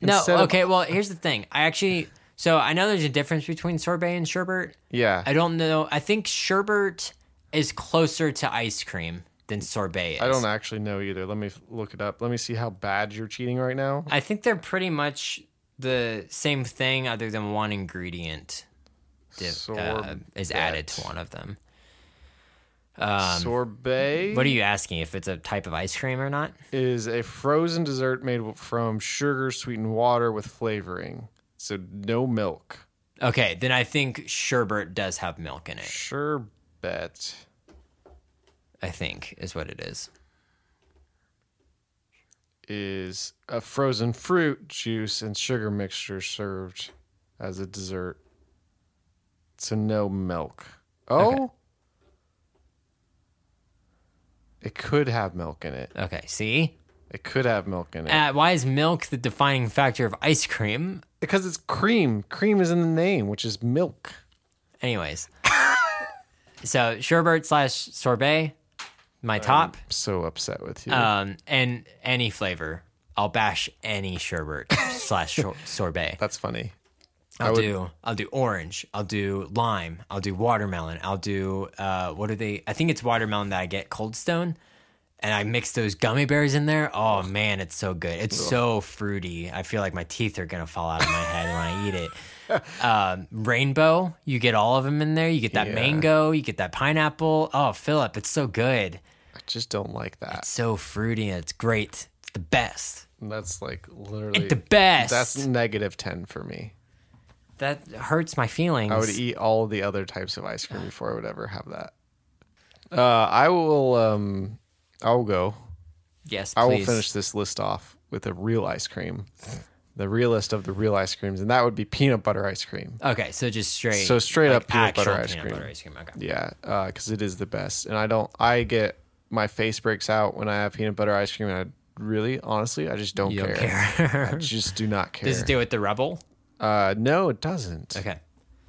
No,
Instead of-
okay. Well, here's the thing. I actually so I know there's a difference between sorbet and sherbet.
Yeah.
I don't know. I think sherbet is closer to ice cream than sorbet is.
I don't actually know either. Let me look it up. Let me see how bad you're cheating right now.
I think they're pretty much the same thing, other than one ingredient di- uh, is added to one of them.
Sorbet
um, What are you asking? If it's a type of ice cream or not?
is a frozen dessert made from sugar, sweetened water with flavoring. So no milk.
Okay, then I think sherbet does have milk in it.
Sherbet.
I think is what it is.
is a frozen fruit juice and sugar mixture served as a dessert. So no milk. Oh. It could have milk in it.
Okay, see,
It could have milk in it.
Uh, why is milk the defining factor of ice cream?
because it's cream. Cream is in the name, which is milk.
Anyways, so sherbet slash sorbet, my top,
I'm so upset with you.
um, and any flavor. I'll bash any sherbet slash shor- sorbet.
That's funny.
I'll do I'll do orange. I'll do lime. I'll do watermelon. I'll do uh, what are they? I think it's watermelon that I get Cold Stone, and I mix those gummy bears in there. Oh man, it's so good. It's so fruity. I feel like my teeth are gonna fall out of my head when I eat it. Um, rainbow, you get all of them in there. You get that
Yeah.
mango. You get that pineapple. Oh, Philip, it's so good.
I just don't like that.
So fruity. and It's great. It's the best.
That's like literally
The best.
That's negative 10 for me.
that hurts my feelings.
I would eat all the other types of ice cream before I would ever have that. Uh, I will. Um, I will go.
yes,
I
please.
will finish this list off with a real ice cream, the realest of the real ice creams, and that would be peanut butter ice cream.
Okay, so just straight.
So straight up peanut
actual
butter ice
peanut
cream.
butter ice cream. Okay.
Yeah, because it is the best. And I don't. I get my face breaks out when I have peanut butter ice cream, and I really, honestly, I just don't
You
care.
don't care.
I just do not care.
Does it do with the rebel?
uh, no, it doesn't.
Okay.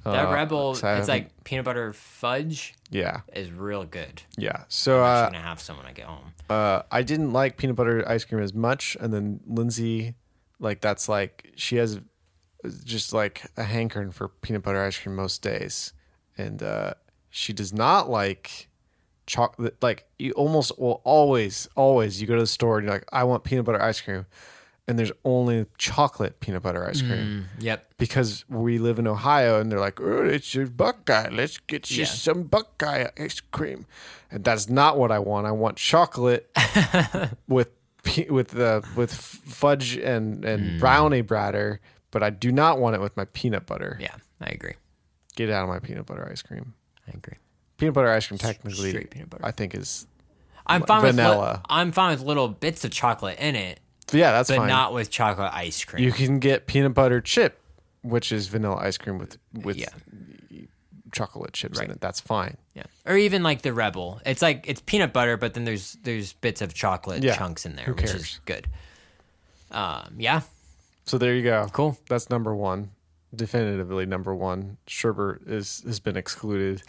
That rebel,
Uh, so I
it's like peanut butter fudge
Yeah,
is real good.
yeah. So uh,
I'm gonna have some when I get home.
uh, I didn't like peanut butter ice cream as much, and then Lindsay, like that's like she has just like a hankering for peanut butter ice cream most days, and uh, she does not like chocolate. Like you almost well always always you go to the store and you're like I want peanut butter ice cream, and there's only chocolate peanut butter ice cream
Yep.
because we live in Ohio and they're like, oh, it's your Buckeye. Let's get you
Yeah.
some Buckeye ice cream. And that's not what I want. I want chocolate uh,
Mm.
with pe- with the with f- fudge and and brownie batter but I do not want it with my peanut butter.
Yeah, I agree.
Get it out of my peanut butter ice cream.
I agree.
Peanut butter ice cream, technically,
straight peanut butter.
I think is
I'm fine with
vanilla.
li- I'm fine with little bits of chocolate in it,
yeah, that's
but
fine.
not with chocolate ice cream.
you can get peanut butter chip, which is vanilla ice cream with with
Yeah.
chocolate chips in it. That's fine.
yeah. Or even like the Rebel. It's like it's peanut butter, but then there's there's bits of chocolate
Yeah.
chunks in there,
Who
which
cares?
is good. Um, yeah,
So there you go.
cool.
That's number one. Definitively number one. Sherbert is has been excluded.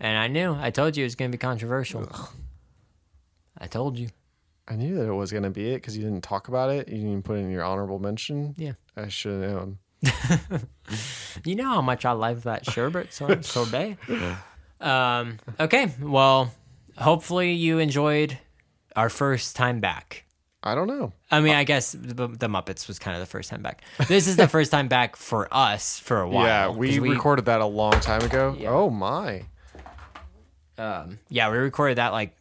And I knew. I told you it was going to be controversial. I told you.
I knew that it was going to be it because you didn't talk about it. You didn't even put it in your honorable mention.
Yeah.
I should um, have known.
You know how much I love that sherbet sor- sorbet. um, okay, well, hopefully you enjoyed our first time back.
I don't know.
I mean, I guess the, the Muppets was kind of the first time back. This is the first time back for us for a while.
Yeah, we,
'cause
recorded that a long time ago. Oh my!
Yeah, we recorded that like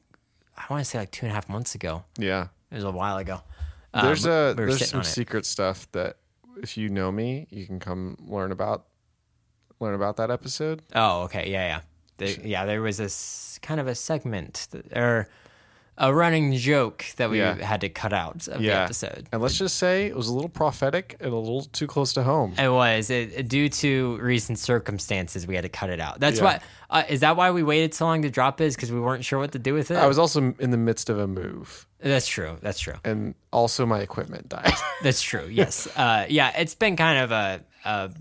I want to say like two and a half months ago.
Yeah,
It was a while ago. Um,
there's a
we were
there's
sitting
some
on it.
secret stuff that if you know me, you can come learn about learn about that episode.
Oh, okay. Yeah, yeah. There, yeah, there was this kind of a segment that, or a running joke that we
Yeah.
had to cut out of the
Yeah,
episode.
and let's just say it was a little prophetic and a little too close to home.
It was it, due to recent circumstances we had to cut it out. That's
Yeah.
why uh, is that why we waited so long to drop is because we weren't sure what to do with it.
I was also in the midst of a move,
That's true. That's true.
and also my equipment died.
That's true. Yes. uh, yeah. It's been kind of a, a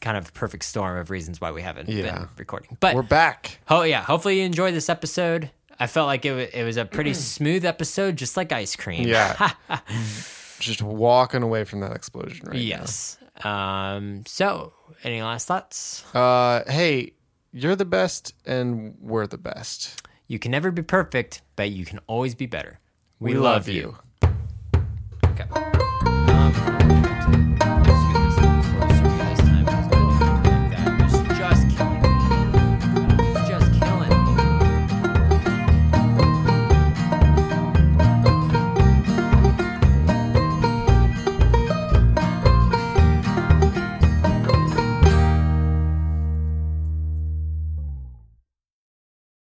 kind of perfect storm of reasons why we haven't
Yeah.
been recording. But
We're back.
Oh yeah, hopefully you enjoyed this episode. I felt like it, wa- it was a pretty smooth episode, just like ice cream.
Yeah, just walking away from that explosion right now.
Yes. Um. So, any last thoughts?
Uh, hey, you're the best, and we're the best.
You can never be perfect, but you can always be better. We,
We
love,
love you.
you.